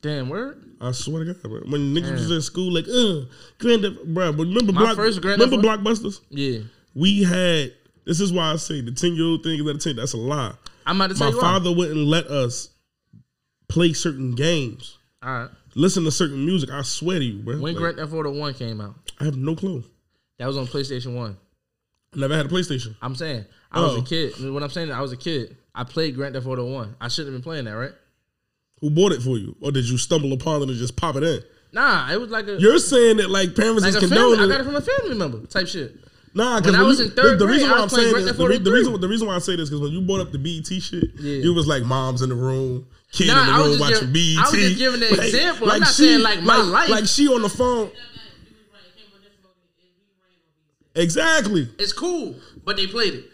Speaker 2: Damn, word.
Speaker 3: I swear to God, bro. When niggas was in school, like, uh, Grand Theft, bro. But remember,
Speaker 2: My
Speaker 3: block,
Speaker 2: first Grand
Speaker 3: remember
Speaker 2: Theft
Speaker 3: blockbusters?
Speaker 2: Yeah,
Speaker 3: We had. This is why I say the ten year old thing is not a ten. That's a lie.
Speaker 2: I'm about to tell
Speaker 3: My
Speaker 2: you
Speaker 3: father wouldn't let us play certain games,
Speaker 2: Why. All right.
Speaker 3: listen to certain music. I swear to you, bro.
Speaker 2: When
Speaker 3: Like,
Speaker 2: Grand Theft Auto One came out,
Speaker 3: I have no clue.
Speaker 2: that was on PlayStation One.
Speaker 3: Never had a PlayStation.
Speaker 2: I'm saying I was
Speaker 3: Oh.
Speaker 2: a kid. When I'm saying that, I was a kid. I played Grand Theft Auto One. I shouldn't have been playing that, right?
Speaker 3: Who bought it for you, or did you stumble upon it and just pop it in?
Speaker 2: Nah, it was like a
Speaker 3: You're saying that like parents
Speaker 2: like
Speaker 3: is
Speaker 2: a family. I
Speaker 3: condoning
Speaker 2: got
Speaker 3: it.
Speaker 2: it from a family member type shit.
Speaker 3: Nah, because
Speaker 2: When I was in third
Speaker 3: the,
Speaker 2: grade,
Speaker 3: reason
Speaker 2: I
Speaker 3: why
Speaker 2: was
Speaker 3: I'm
Speaker 2: playing
Speaker 3: saying
Speaker 2: Grand
Speaker 3: this,
Speaker 2: Theft
Speaker 3: the, re- the
Speaker 2: Auto
Speaker 3: reason
Speaker 2: 3.
Speaker 3: the reason why I say this because when you brought up the BET shit,
Speaker 2: Yeah.
Speaker 3: you was like moms in the room, kid
Speaker 2: Nah,
Speaker 3: in the
Speaker 2: I was
Speaker 3: room
Speaker 2: just
Speaker 3: watching E
Speaker 2: gi-
Speaker 3: BET.
Speaker 2: I was just giving an example. I'm not saying, like, my life.
Speaker 3: Like she on the phone.
Speaker 4: It came on this movie, and we ran on BT.
Speaker 3: Exactly.
Speaker 2: It's cool, but they played it.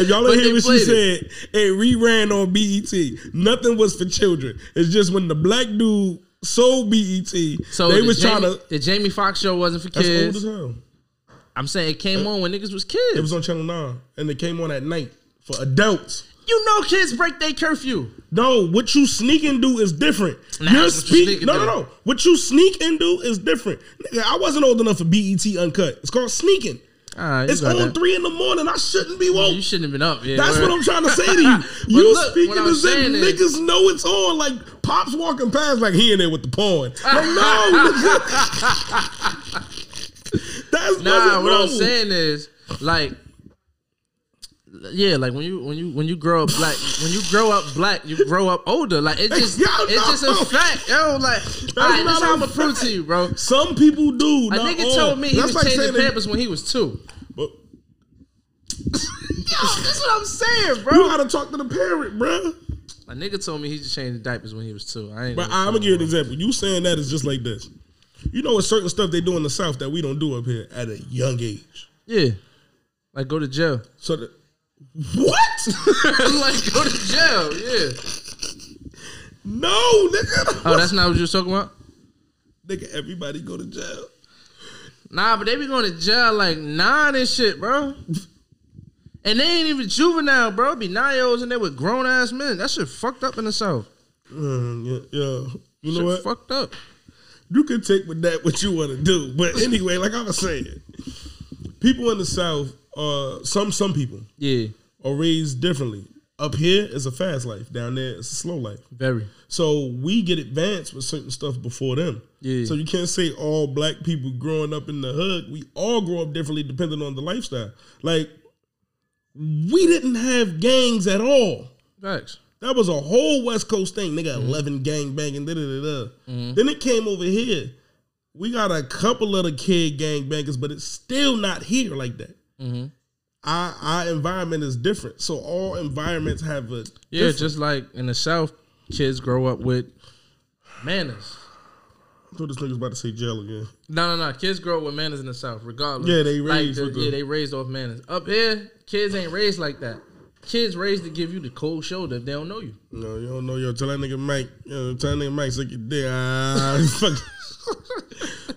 Speaker 3: If y'all
Speaker 2: But
Speaker 3: didn't hear
Speaker 2: they
Speaker 3: what she
Speaker 2: played
Speaker 3: said, it reran on BET. Nothing was for children. It's just when the black dude sold BET,
Speaker 2: So
Speaker 3: they
Speaker 2: the
Speaker 3: was
Speaker 2: Jamie,
Speaker 3: trying to.
Speaker 2: the Jamie Foxx show wasn't for
Speaker 3: That's old as
Speaker 2: kids.
Speaker 3: hell.
Speaker 2: I'm saying it came on when niggas was
Speaker 3: It
Speaker 2: kids.
Speaker 3: was on Channel Nine, and it came on at night for adults.
Speaker 2: you know, kids break their curfew.
Speaker 3: No, what you sneak and do is different.
Speaker 2: Nah,
Speaker 3: Your
Speaker 2: that's what you
Speaker 3: speak,
Speaker 2: sneak and
Speaker 3: no, no,
Speaker 2: do.
Speaker 3: no. What you sneak and do is different. Nigga, I wasn't old enough for BET Uncut. It's called sneaking.
Speaker 2: All right, Oh, you
Speaker 3: It's
Speaker 2: got
Speaker 3: on
Speaker 2: that.
Speaker 3: three in the morning. I shouldn't be woke.
Speaker 2: You shouldn't have been up. Yeah,
Speaker 3: That's
Speaker 2: word.
Speaker 3: what I'm trying to say to you.
Speaker 2: But
Speaker 3: you
Speaker 2: look, what
Speaker 3: speaking
Speaker 2: I'm
Speaker 3: as
Speaker 2: saying
Speaker 3: if
Speaker 2: is-
Speaker 3: niggas know it's on. Like pops walking past, like he in there with the porn. Like no, nigga. that's
Speaker 2: Nah,
Speaker 3: wasn't
Speaker 2: what I'm
Speaker 3: normal.
Speaker 2: saying is like. Yeah, like when you when you when you grow up black, when you grow up black, you grow up older. Like it just
Speaker 3: Yo,
Speaker 2: it's just
Speaker 3: no.
Speaker 2: a fact. Yo, like all right,
Speaker 3: not
Speaker 2: this how I'm
Speaker 3: a
Speaker 2: gonna prove to
Speaker 3: fact.
Speaker 2: you, bro.
Speaker 3: Some people do.
Speaker 2: A
Speaker 3: not
Speaker 2: nigga
Speaker 3: all.
Speaker 2: told me he
Speaker 3: That's
Speaker 2: was
Speaker 3: like
Speaker 2: changing
Speaker 3: saying that-
Speaker 2: pampers when he was two.
Speaker 3: But
Speaker 2: Yo, that's what I'm saying,
Speaker 3: You
Speaker 2: bro.
Speaker 3: gotta talk to the parent, bruh.
Speaker 2: A nigga told me he just changed diapers when he was two. I ain't.
Speaker 3: But
Speaker 2: know
Speaker 3: I'm gonna
Speaker 2: what
Speaker 3: give you an example. You saying that is just like this. You know, it's certain stuff they do in the South that we don't do up here at a young age.
Speaker 2: Yeah, like go to jail.
Speaker 3: So, the, what?
Speaker 2: like go to jail. Yeah.
Speaker 3: no, nigga.
Speaker 2: Oh, that's not what you was talking about.
Speaker 3: nigga. Everybody go to jail.
Speaker 2: Nah, but they be going to jail like nine and shit, bro. And they ain't even juvenile, bro. Be nine year olds in there with grown ass men. That shit fucked up in the south.
Speaker 3: Mm, yeah, yeah. You know what?
Speaker 2: Shit fucked up.
Speaker 3: You can take with that what you want to do. But anyway, like I was saying, people in the South, uh, some some people
Speaker 2: Yeah,
Speaker 3: are raised differently. Up here is a fast life. Down there, it's a slow life.
Speaker 2: very.
Speaker 3: So we get advanced with certain stuff before them.
Speaker 2: Yeah.
Speaker 3: So you can't say all black people growing up in the hood. We all grow up differently depending on the lifestyle. Like we didn't have gangs at all.
Speaker 2: Facts.
Speaker 3: That was a whole West Coast thing. They
Speaker 2: Mm-hmm.
Speaker 3: got eleven gang banging. Da, da, da, da. Then it came over here. We got a couple of the kid gang bangers, but it's still not here like that.
Speaker 2: Mm-hmm.
Speaker 3: Our, our environment is different. So all environments have a
Speaker 2: Yeah, just like in the south, kids grow up with manners.
Speaker 3: I thought this nigga's about to say jail again.
Speaker 2: No, no, no. Kids grow up with manners in the South, regardless.
Speaker 3: Yeah, they
Speaker 2: Like,
Speaker 3: raised
Speaker 2: the-
Speaker 3: with the-
Speaker 2: yeah, they raised off manners. Up here, kids ain't raised like that. Kids raised to give you the cold shoulder if they don't know you.
Speaker 3: No, you don't know. Yo, tell that nigga Mike. Yo, tell that nigga Mike suck your dick. Ah, fuck.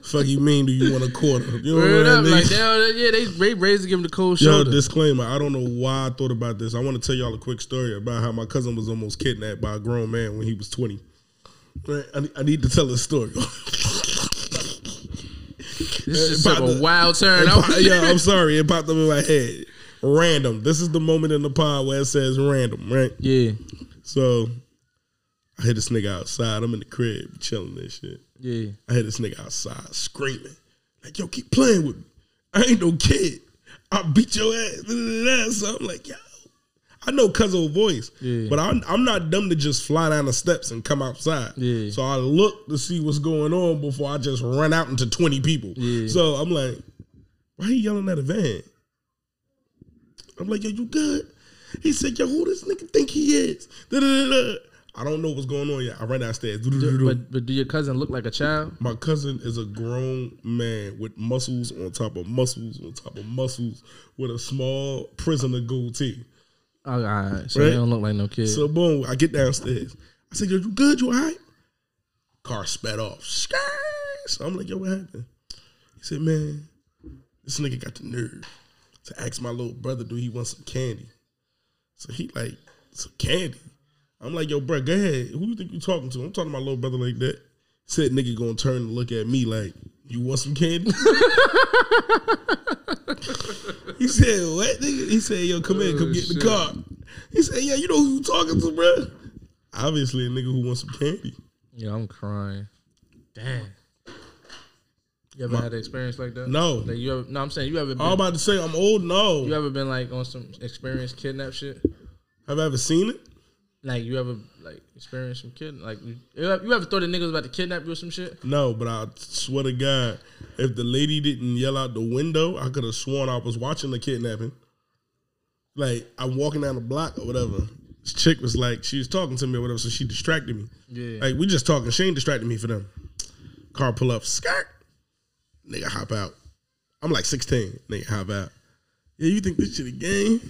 Speaker 3: fuck you mean? Do you want a quarter? You know
Speaker 2: Word
Speaker 3: what I
Speaker 2: up,
Speaker 3: mean?
Speaker 2: like they don't, yeah, they ra- raised to give them the cold
Speaker 3: Yo,
Speaker 2: shoulder.
Speaker 3: disclaimer. I don't know why I thought about this. I want to tell y'all a quick story about how my cousin was almost kidnapped by a grown man when he was twenty. Right? I, I need to tell this story.
Speaker 2: this is
Speaker 3: Uh, by
Speaker 2: took a
Speaker 3: the-
Speaker 2: wild turn.
Speaker 3: It
Speaker 2: I
Speaker 3: pop-
Speaker 2: was-
Speaker 3: yo, I'm sorry. It popped up in my head. Random. This is the moment in the pod where it says random, right?
Speaker 2: yeah,
Speaker 3: So I hit this nigga outside. I'm in the crib chilling and shit.
Speaker 2: yeah.
Speaker 3: I had this nigga outside screaming, like, yo, keep playing with me. I ain't no kid. I'll beat your ass. da, da, da, da. So I'm like, yo, I know cuz old voice,
Speaker 2: Yeah.
Speaker 3: but I'm, I'm not dumb to just fly down the steps and come outside.
Speaker 2: Yeah.
Speaker 3: So I look to see what's going on before I just run out into 20 people.
Speaker 2: Yeah.
Speaker 3: So I'm like, why he yelling at a van? I'm like, yo, you good? He said, yo, who this nigga think he is? Da, da, da, da. I don't know what's going on yet. I ran downstairs. Do, do, do, do.
Speaker 2: But but do your cousin look like a child?
Speaker 3: My cousin is a grown man with muscles on top of muscles on top of muscles with a small prisoner goatee.
Speaker 2: Oh, all right, so
Speaker 3: Right.
Speaker 2: they don't look like no kid.
Speaker 3: So boom, I get downstairs. I said, Yo, you good? You all right? Car sped off. Skirt. So I'm like, yo, what happened? He said, Man, this nigga got the nerve to ask my little brother, do he want some candy? So he like, some candy. I'm like, yo, bro, go ahead. Who you think you talking to? I'm talking to my little brother like that. Said nigga gonna turn and look at me like, you want some candy? he said, what nigga? He said, yo, come in, come
Speaker 2: Oh,
Speaker 3: get the
Speaker 2: shit.
Speaker 3: car. He said, yeah, you know who you talking to, bro? Obviously a nigga who wants some candy.
Speaker 2: yeah, I'm crying. Damn. You ever had an experience like that?
Speaker 3: No.
Speaker 2: Like you ever, no, I'm saying you ever
Speaker 3: I was
Speaker 2: been,
Speaker 3: about to say I'm old, no.
Speaker 2: you ever been like on some experience kidnap shit?
Speaker 3: Have I ever seen it?
Speaker 2: Like you ever like experienced some kid like you, you ever you ever thought a nigga was about to kidnap you or some shit?
Speaker 3: No, but I swear to God, if the lady didn't yell out the window, I could have sworn I was watching the kidnapping. Like I'm walking down the block or whatever. This chick was like, she was talking to me or whatever, so she distracted me.
Speaker 2: Yeah.
Speaker 3: Like we just talking. She ain't distracted me for them. Car pull up, skirt. Nigga hop out. I'm like 16. Nigga, how about? Yeah, you think this shit a game?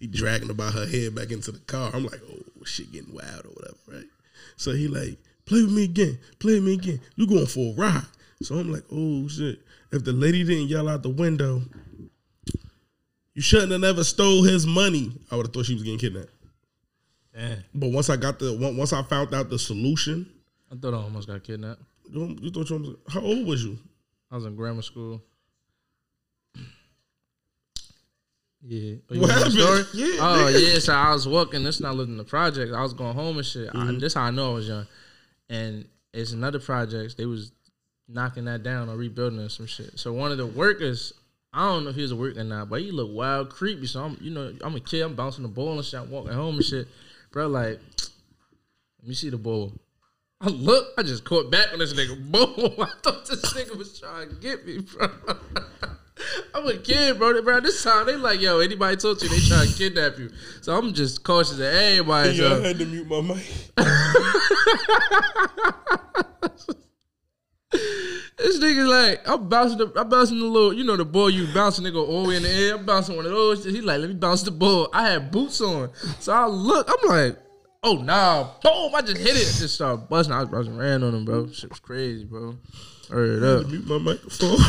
Speaker 3: He dragging about her head back into the car. I'm like, oh, shit getting wild or whatever, right? So he like, play with me again, play with me again. You going for a ride. So I'm like, oh shit. If the lady didn't yell out the window, you shouldn't have never stole his money. I would have thought she was getting kidnapped.
Speaker 2: Damn.
Speaker 3: But once I got the on- once I found out the solution,
Speaker 2: I thought I almost got kidnapped.
Speaker 3: you you thought you almost, how old was you?
Speaker 2: I was in grammar school. Yeah. Oh, you
Speaker 3: What
Speaker 2: want the
Speaker 3: happened? Yeah,
Speaker 2: Oh yeah. So I was walking. This not living the project. I was going home and shit. I, this how I know I was young. And it's another project. They was knocking that down or rebuilding or some shit. So one of the workers, I don't know if he was a worker or not, but he looked wild, creepy. So I'm, you know, I'm a kid. I'm bouncing the ball and shit. I'm walking home and shit, bro. Like, let me see the ball. I look, I just caught back on this nigga. Boom! I thought this nigga was trying to get me, bro. I'm a kid, bro. Bro, this time they like, yo, anybody told you they trying to kidnap you. So I'm just cautious of everybody.
Speaker 3: Yeah, I
Speaker 2: So
Speaker 3: had to mute my mic.
Speaker 2: this nigga's like, I'm bouncing, the, I'm bouncing the little, you know, the ball you bouncing, nigga, all the way in the air. I'm bouncing one of those. He like, let me bounce the ball. I had boots on, so I look, I'm like, oh nah, boom! I just hit it, just started busting. I, was- I just ran on him, bro. Shit was crazy, bro. Hurry it up.
Speaker 3: Mute my microphone.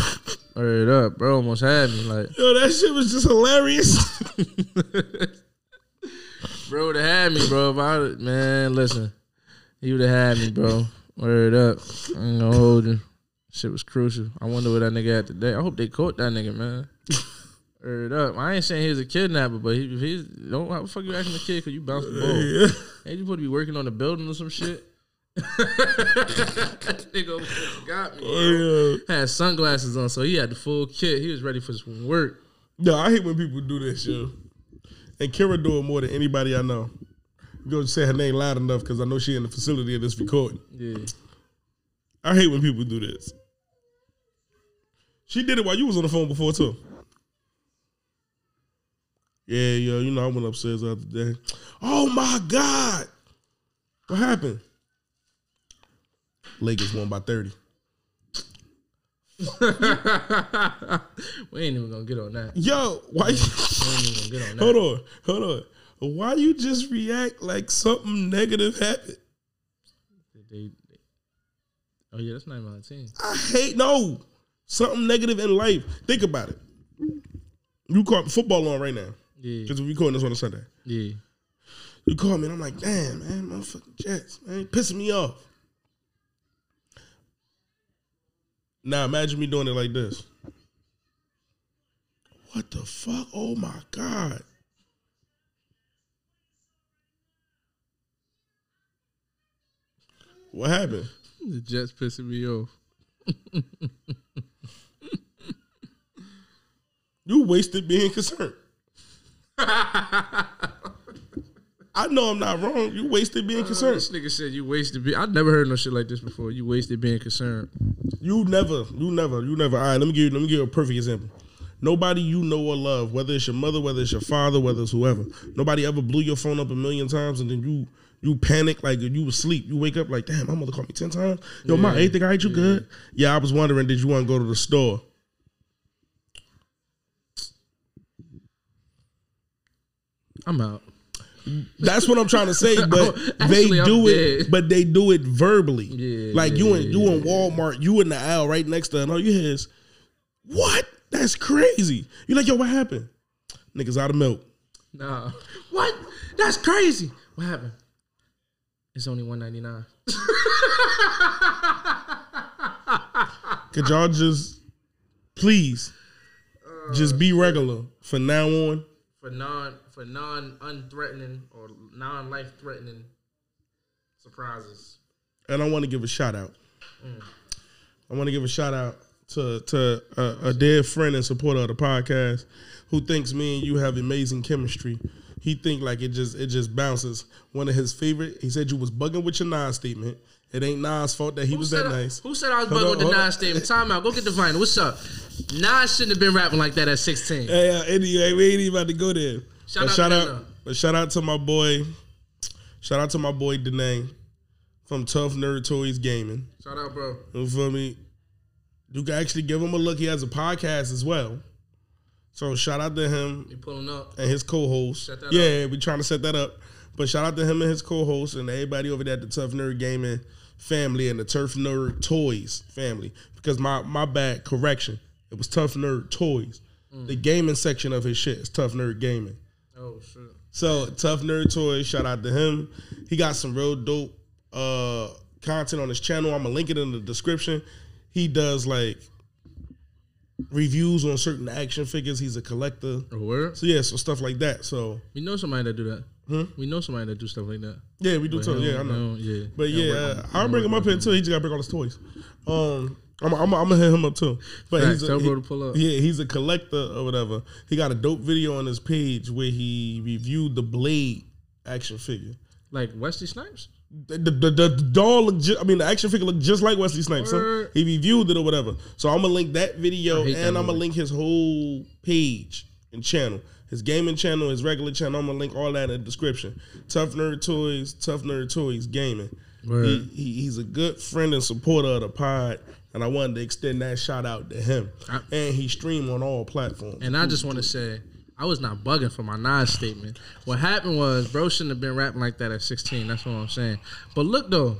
Speaker 2: Hurry it up, bro. Almost had me. Like,
Speaker 3: Yo, that shit was just hilarious.
Speaker 2: bro would have had me, bro. If I, man, listen, he would have had me, bro. Word up. I ain't gonna hold you. Shit was crucial. I wonder what that nigga had today. I hope they caught that nigga, man. Word up. I ain't saying he was a kidnapper, but he, if he's don't how the fuck you acting a kid because you bounced the ball.
Speaker 3: yeah.
Speaker 2: Ain't you supposed to be working on the building or some shit? nigga got me.
Speaker 3: Oh, yeah.
Speaker 2: Had sunglasses on, so he had the full kit. He was ready for some work.
Speaker 3: No, I hate when people do that shit. And Kira do it more than anybody I know. You gonna say her name loud enough because I know she in the facility of this recording.
Speaker 2: Yeah.
Speaker 3: I hate when people do this. She did it while you was on the phone before too. Yeah, yo, you know I went upstairs the other day. Oh my god, what happened? Lakers won by thirty.
Speaker 2: we ain't even gonna get on that.
Speaker 3: Yo, why?
Speaker 2: We ain't even gonna get on that.
Speaker 3: hold on, hold on. Why you just react like something negative happened?
Speaker 2: They- they- oh yeah, that's not even my team.
Speaker 3: I hate no something negative in life. Think about it. You call football on right now
Speaker 2: Yeah,
Speaker 3: because we're recording this on a Sunday.
Speaker 2: yeah.
Speaker 3: You call me and I'm like, damn, man, motherfucking Jets, man, pissing me off. Now imagine me doing it like this. What the fuck? Oh my God. What happened?
Speaker 2: The Jets pissing me off.
Speaker 3: You wasted being concerned. I know I'm not wrong. You wasted being
Speaker 2: This
Speaker 3: concerned.
Speaker 2: nigga said you wasted. Be- I never heard no shit like this before. You wasted being concerned.
Speaker 3: You never, you never, you never. All right, let me give you, let me give you a perfect example. Nobody you know or love, whether it's your mother, whether it's your father, whether it's whoever, nobody ever blew your phone up a million times and then you you panic like you was asleep. You wake up like, damn, my mother called me ten times. Yo, my
Speaker 2: Yeah,
Speaker 3: eighth thing I ate you good. Yeah, I was wondering, did you want to go to the store?
Speaker 2: I'm out.
Speaker 3: That's what I'm trying to say, but
Speaker 2: actually,
Speaker 3: they
Speaker 2: I'm
Speaker 3: do it.
Speaker 2: dead.
Speaker 3: But they do it verbally.
Speaker 2: Yeah,
Speaker 3: like you and
Speaker 2: yeah,
Speaker 3: you in Walmart, you in the aisle right next to, and all you hear is, "What? That's crazy." You like, yo, what happened? Niggas out of milk.
Speaker 2: Nah. What? That's crazy. What happened? It's only one ninety nine.
Speaker 3: Could y'all just please just be regular from now on?
Speaker 2: for non for non unthreatening or non life threatening surprises.
Speaker 3: And I want to give a shout out. I want to give a shout out to to a, a dear friend and supporter of the podcast who thinks me and you have amazing chemistry. He think like it just it just bounces. One of his favorite. He said you was bugging with your Nas statement. It ain't Nas' fault that he was
Speaker 2: said
Speaker 3: that
Speaker 2: I,
Speaker 3: nice.
Speaker 2: Who said I was
Speaker 3: Hold
Speaker 2: bugging
Speaker 3: on,
Speaker 2: with the
Speaker 3: hold on.
Speaker 2: Nas statement? Time out. Go get the vinyl. What's up? Nas shouldn't have been rapping like that at 16.
Speaker 3: Hey, uh, anyway, we ain't even about to go there. but
Speaker 2: Shout out
Speaker 3: shout
Speaker 2: to
Speaker 3: out,
Speaker 2: Dana.
Speaker 3: but shout out to my boy. Shout out to my boy Danae from Tough Nerd Toys Gaming.
Speaker 2: Shout out, bro.
Speaker 3: You feel me? You can actually give him a look. He has a podcast as well. So shout out to him
Speaker 2: You pulling up?
Speaker 3: and his co-host.
Speaker 2: Set that
Speaker 3: Yeah, we trying to set that up. But shout out to him and his co-host and everybody over there at the Tough Nerd Gaming family and the Turf Nerd Toys family. Because my my bad correction, it was Tough Nerd Toys.
Speaker 2: Mm.
Speaker 3: The gaming section of his shit is Tough Nerd Gaming.
Speaker 2: Oh shit!
Speaker 3: So Tough Nerd Toys, shout out to him. He got some real dope uh content on his channel. I'm gonna link it in the description. He does like reviews on certain action figures. He's a collector.
Speaker 2: A Oh, word?
Speaker 3: So yeah, so stuff like that. So
Speaker 2: We know somebody that do that. We know somebody that do stuff like that.
Speaker 3: yeah, we do too.
Speaker 2: hell,
Speaker 3: Yeah, I know.
Speaker 2: no, yeah.
Speaker 3: But
Speaker 2: Yeah,
Speaker 3: yeah,
Speaker 2: we're-
Speaker 3: uh, I'll bring him up here too. He just gotta bring all his toys. Um, I'm I'm, I'm gonna hit him up too. But
Speaker 2: Facts,
Speaker 3: he's a,
Speaker 2: tell bro
Speaker 3: he-
Speaker 2: to pull up.
Speaker 3: Yeah, he's a collector or whatever. He got a dope video on his page where he reviewed the Blade action figure.
Speaker 2: Like Wesley Snipes.
Speaker 3: The, the, the, the doll looked just, I mean, the action figure looked just like Wesley Snipes. So
Speaker 2: Word.
Speaker 3: he reviewed it or whatever. So I'm gonna link that video
Speaker 2: I hate
Speaker 3: and
Speaker 2: that
Speaker 3: I'm gonna
Speaker 2: movie.
Speaker 3: link his whole page and channel, his gaming channel, his regular channel. I'm gonna link all that in the description. Tough Nerd Toys, Tough Nerd Toys Gaming.
Speaker 2: Word.
Speaker 3: He, he, he's a good friend and supporter of the pod, and I wanted to extend that shout out to him.
Speaker 2: I-
Speaker 3: and he streamed on all platforms.
Speaker 2: And I just want to say, I was not bugging for my Nas statement. What happened was, bro shouldn't have been rapping like that at 16. That's what I'm saying. But look though,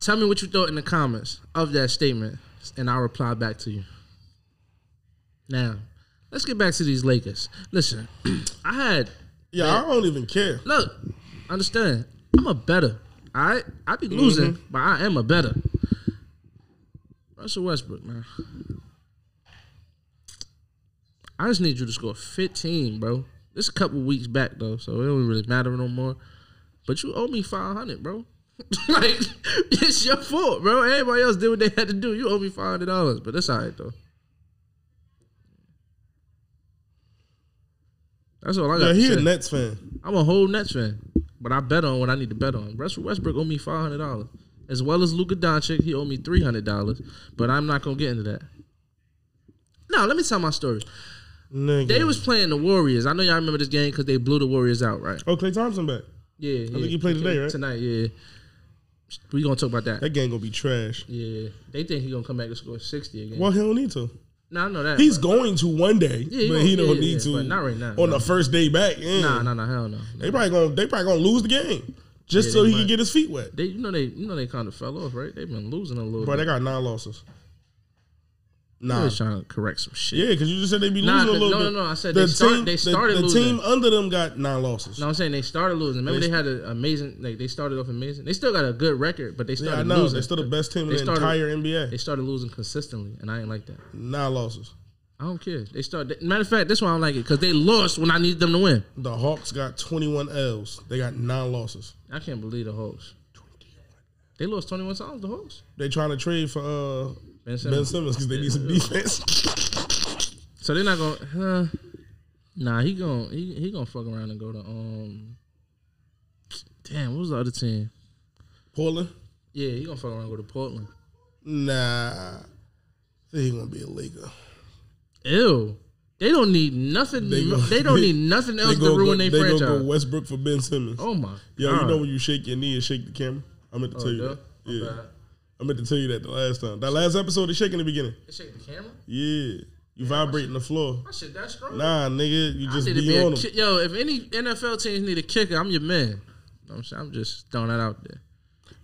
Speaker 2: tell me what you thought in the comments of that statement, and I'll reply back to you. Now, let's get back to these Lakers. Listen, I had
Speaker 3: yeah, I don't even care.
Speaker 2: look, understand. I'm a better. All right, I be losing,
Speaker 3: Mm-hmm.
Speaker 2: but I am a better. Russell Westbrook, man. I just need you to score 15, bro. This a couple weeks back though, so it don't really matter no more. But you owe me 500, bro. like it's your fault, bro. Everybody else did what they had to do. You owe me 500 dollars, but that's all right though. That's all I got.
Speaker 3: Yeah,
Speaker 2: to
Speaker 3: he
Speaker 2: say.
Speaker 3: a Nets fan.
Speaker 2: I'm a whole Nets fan, but I bet on what I need to bet on. Russell Westbrook owe me five hundred dollars, as well as Luka Doncic. He owe me three hundred dollars, but I'm not gonna get into that. Now let me tell my story.
Speaker 3: Nigga.
Speaker 2: They was playing the Warriors. I know y'all remember this game because they blew the Warriors out, right?
Speaker 3: oh, Clay Thompson back.
Speaker 2: Yeah, I
Speaker 3: think he played today, right?
Speaker 2: Tonight, yeah. We gonna talk about that.
Speaker 3: That game gonna be trash.
Speaker 2: yeah, they think he gonna come back and score sixty again.
Speaker 3: Well, he don't need to.
Speaker 2: No, I know that.
Speaker 3: He's
Speaker 2: but-
Speaker 3: going to one day,
Speaker 2: Yeah, he
Speaker 3: but
Speaker 2: gonna-
Speaker 3: he don't
Speaker 2: yeah,
Speaker 3: need
Speaker 2: yeah,
Speaker 3: to.
Speaker 2: but not right now,
Speaker 3: On
Speaker 2: no.
Speaker 3: the first day back, yeah.
Speaker 2: nah, nah, nah, hell no.
Speaker 3: They probably gonna they probably gonna lose the game just
Speaker 2: Yeah,
Speaker 3: so
Speaker 2: they
Speaker 3: he
Speaker 2: might.
Speaker 3: can get his feet wet.
Speaker 2: They, you know, they, you know, they kind of fell off, right? They've been losing a little.
Speaker 3: Bro,
Speaker 2: bit.
Speaker 3: they got nine losses.
Speaker 2: They
Speaker 3: Nah,
Speaker 2: was trying to correct some shit.
Speaker 3: yeah, because you just said they be losing
Speaker 2: Nah,
Speaker 3: a
Speaker 2: but-
Speaker 3: little
Speaker 2: no,
Speaker 3: bit.
Speaker 2: no, no, I said they start- they started
Speaker 3: the, the
Speaker 2: losing.
Speaker 3: team under them got nine losses.
Speaker 2: No, I'm saying they started losing. Remember
Speaker 3: They-
Speaker 2: they, had an amazing like they started off amazing. They still got a good record, but they
Speaker 3: yeah, I
Speaker 2: started
Speaker 3: know.
Speaker 2: losing.
Speaker 3: They're still the best team
Speaker 2: They
Speaker 3: in the
Speaker 2: started-
Speaker 3: entire NBA.
Speaker 2: They started losing consistently, and I ain't like that.
Speaker 3: nine losses.
Speaker 2: I don't care. They started. Matter of fact, that's why I don't like it because they lost when I needed them to win.
Speaker 3: The Hawks got twenty one L's. They got nine losses.
Speaker 2: I can't believe the Hawks. They lost 21 times. The Hawks.
Speaker 3: They trying to trade for uh,
Speaker 2: Ben Simmons.
Speaker 3: Ben Simmons because they need some defense.
Speaker 2: So they're not gonna. Huh? Nah, he gonna he, he gonna fuck around and go to um. Damn, what was the other team?
Speaker 3: Portland.
Speaker 2: Yeah, he gonna fuck around and go to Portland.
Speaker 3: Nah. Think he gonna be a Laker.
Speaker 2: Ew. They don't need nothing. They,
Speaker 3: They go-
Speaker 2: don't
Speaker 3: they-
Speaker 2: need nothing
Speaker 3: They
Speaker 2: else
Speaker 3: gonna
Speaker 2: to ruin
Speaker 3: go,
Speaker 2: their
Speaker 3: they gonna
Speaker 2: franchise.
Speaker 3: go Westbrook for Ben Simmons.
Speaker 2: Oh my
Speaker 3: Yo,
Speaker 2: god! Oh,
Speaker 3: you know when you shake your knee and shake the camera? I meant to tell you that. Yeah. I meant to tell you that the last time. That last episode is shaking the beginning.
Speaker 2: shake the camera.
Speaker 3: Yeah. You vibrating the floor.
Speaker 2: My shit that strong.
Speaker 3: Nah, nigga, you
Speaker 2: I
Speaker 3: just
Speaker 2: need to
Speaker 3: be
Speaker 2: be a
Speaker 3: on
Speaker 2: ki-
Speaker 3: them.
Speaker 2: yo. If any NFL teams need a kicker, I'm your man. I'm, s- I'm just throwing that out there.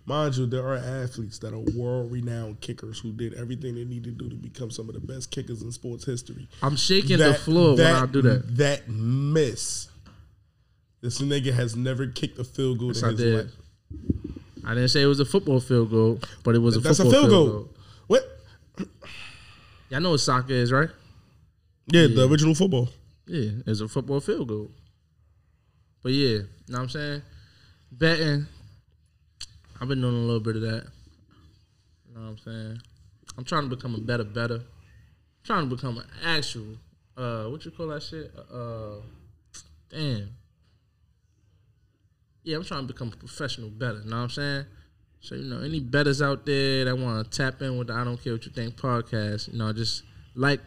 Speaker 3: Mind you, there are athletes that are world renowned kickers who did everything they need to do to become some of the best kickers in sports history.
Speaker 2: I'm shaking the floor when I do that.
Speaker 3: That miss. This nigga has never kicked a field goal
Speaker 2: Yes,
Speaker 3: in
Speaker 2: I
Speaker 3: his
Speaker 2: did.
Speaker 3: life.
Speaker 2: I didn't say it was a football field goal, but it was a
Speaker 3: That's a
Speaker 2: football
Speaker 3: field goal. What?
Speaker 2: Y'all know what soccer is, right?
Speaker 3: Yeah, the original football.
Speaker 2: Yeah, it's a football field goal. But yeah, know what I'm saying? Betting. I've been doing a little bit of that. You know what I'm saying? I'm trying to become a better better. trying to become an actual uh what you call that shit? Uh damn. Yeah, I'm trying to become a professional better, know what I'm saying? So, you know, any betters out there that wanna tap in with the I Don't Care What You Think podcast, you know, just Like,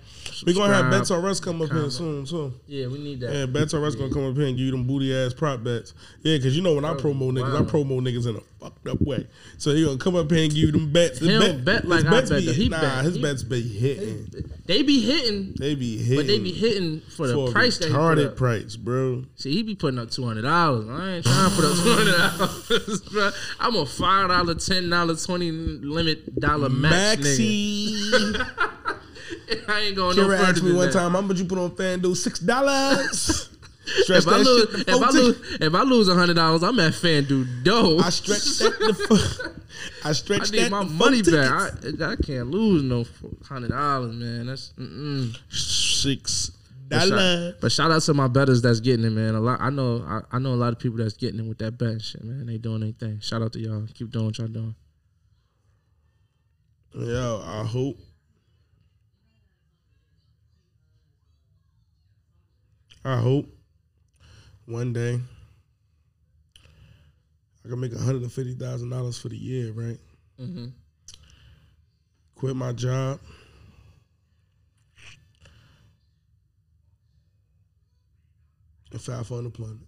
Speaker 3: We're gonna have
Speaker 2: subscribe.
Speaker 3: Bets R Us come up here soon too.
Speaker 2: Yeah, we need that.
Speaker 3: Yeah, Bets R Us gonna come up here and give you them booty ass prop bets. Yeah, cause you know when I promo niggas, I
Speaker 2: Oh, wow.
Speaker 3: promo niggas in a fucked up way. So he gonna come up here and give you them bets. His
Speaker 2: He don't bet
Speaker 3: his
Speaker 2: like I
Speaker 3: bets
Speaker 2: bet,
Speaker 3: be-
Speaker 2: though. He
Speaker 3: nah,
Speaker 2: bet.
Speaker 3: his
Speaker 2: He-
Speaker 3: bets be hitting.
Speaker 2: They be hitting,
Speaker 3: They be hitting.
Speaker 2: but they be hitting for the
Speaker 3: for a
Speaker 2: price that he put
Speaker 3: retarded
Speaker 2: up.
Speaker 3: price, bro.
Speaker 2: See, he be putting up two hundred dollars. I ain't trying to put up two hundred dollars, bro. I'm a five dollar, ten dollar, twenty limit dollar max. Maxi.
Speaker 3: Maxi.
Speaker 2: I ain't going no
Speaker 3: Kira
Speaker 2: further
Speaker 3: asked me
Speaker 2: than
Speaker 3: one
Speaker 2: that.
Speaker 3: time, how much you put on FanDuel? Six dollars. Stretch
Speaker 2: If I,
Speaker 3: that
Speaker 2: lose,
Speaker 3: shit Oh,
Speaker 2: if,
Speaker 3: to
Speaker 2: I
Speaker 3: 14.
Speaker 2: lose, if I lose hundred dollars, I'm at FanDuel dough.
Speaker 3: I stretched that. The fu- I
Speaker 2: I
Speaker 3: stretched
Speaker 2: need
Speaker 3: that.
Speaker 2: my
Speaker 3: to four
Speaker 2: money
Speaker 3: tickets.
Speaker 2: back. I, I can't lose no hundred dollars, man. That's mm-mm.
Speaker 3: Six
Speaker 2: But shout-
Speaker 3: dollars.
Speaker 2: But shout out to my betters that's getting it, man. A lot I know I, I know a lot of people that's getting it with that bet and shit, man. They doing their thing. Shout out to y'all. Keep doing what y'all doing.
Speaker 3: Yo, I hope. I hope one day I can make hundred and fifty thousand dollars for the year, right?
Speaker 2: Mm-hmm.
Speaker 3: Quit my job. And file for unemployment.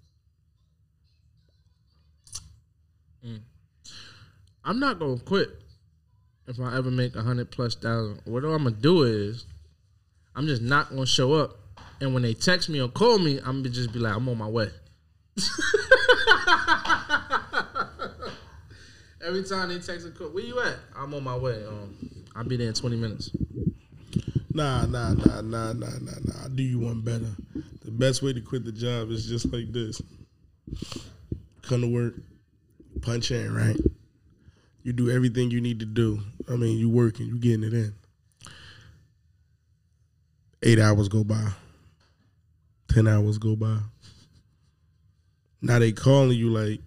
Speaker 2: I'm not gonna quit if I ever make a hundred plus thousand. What I'm gonna do is I'm just not gonna show up. And when they text me or call me, I'm gonna just be like, I'm on my way. Every time they text or call, where you at? I'm on my way. Um, I'll be there in 20 minutes.
Speaker 3: Nah, nah, nah, nah, nah, nah, nah. I do you one better. The best way to quit the job is just like this. Come to work, punch in, right? You do everything you need to do. I mean, you working, you getting it in. Eight hours go by. Ten hours go by. Now they calling you like,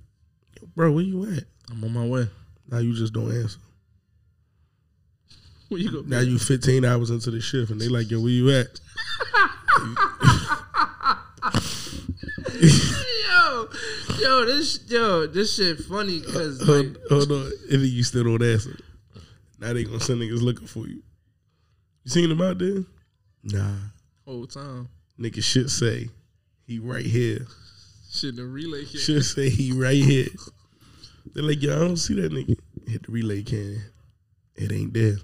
Speaker 3: bro, where you at?
Speaker 2: I'm on my way.
Speaker 3: Now you just don't answer.
Speaker 2: Where you go?
Speaker 3: Now you 15 hours into the shift and they like, yo, where you at?
Speaker 2: yo, yo, this yo, this shit funny because
Speaker 3: Hold,
Speaker 2: like,
Speaker 3: hold on. And then you still don't answer. Now they gonna send niggas looking for you. You seen him out there? Nah.
Speaker 2: whole time
Speaker 3: Nigga shit say he right here.
Speaker 2: shit the relay kid.
Speaker 3: Shit say he right here. They're like, yo, I don't see that nigga. Hit the relay can. It ain't there.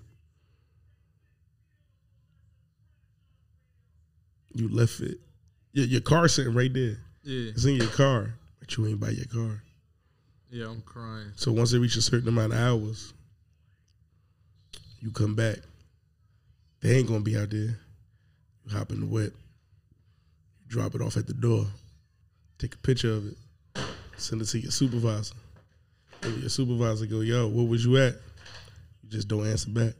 Speaker 3: You left it. Your, your car sitting right there.
Speaker 2: Yeah,
Speaker 3: It's in your car, but you ain't buy your car.
Speaker 2: yeah, I'm crying.
Speaker 3: So once they reach a certain amount of hours, you come back. They ain't gonna be out there. You hop in the whip, drop it off at the door, take a picture of it, send it to your supervisor. And your supervisor go, yo, where was you at? You just don't answer back.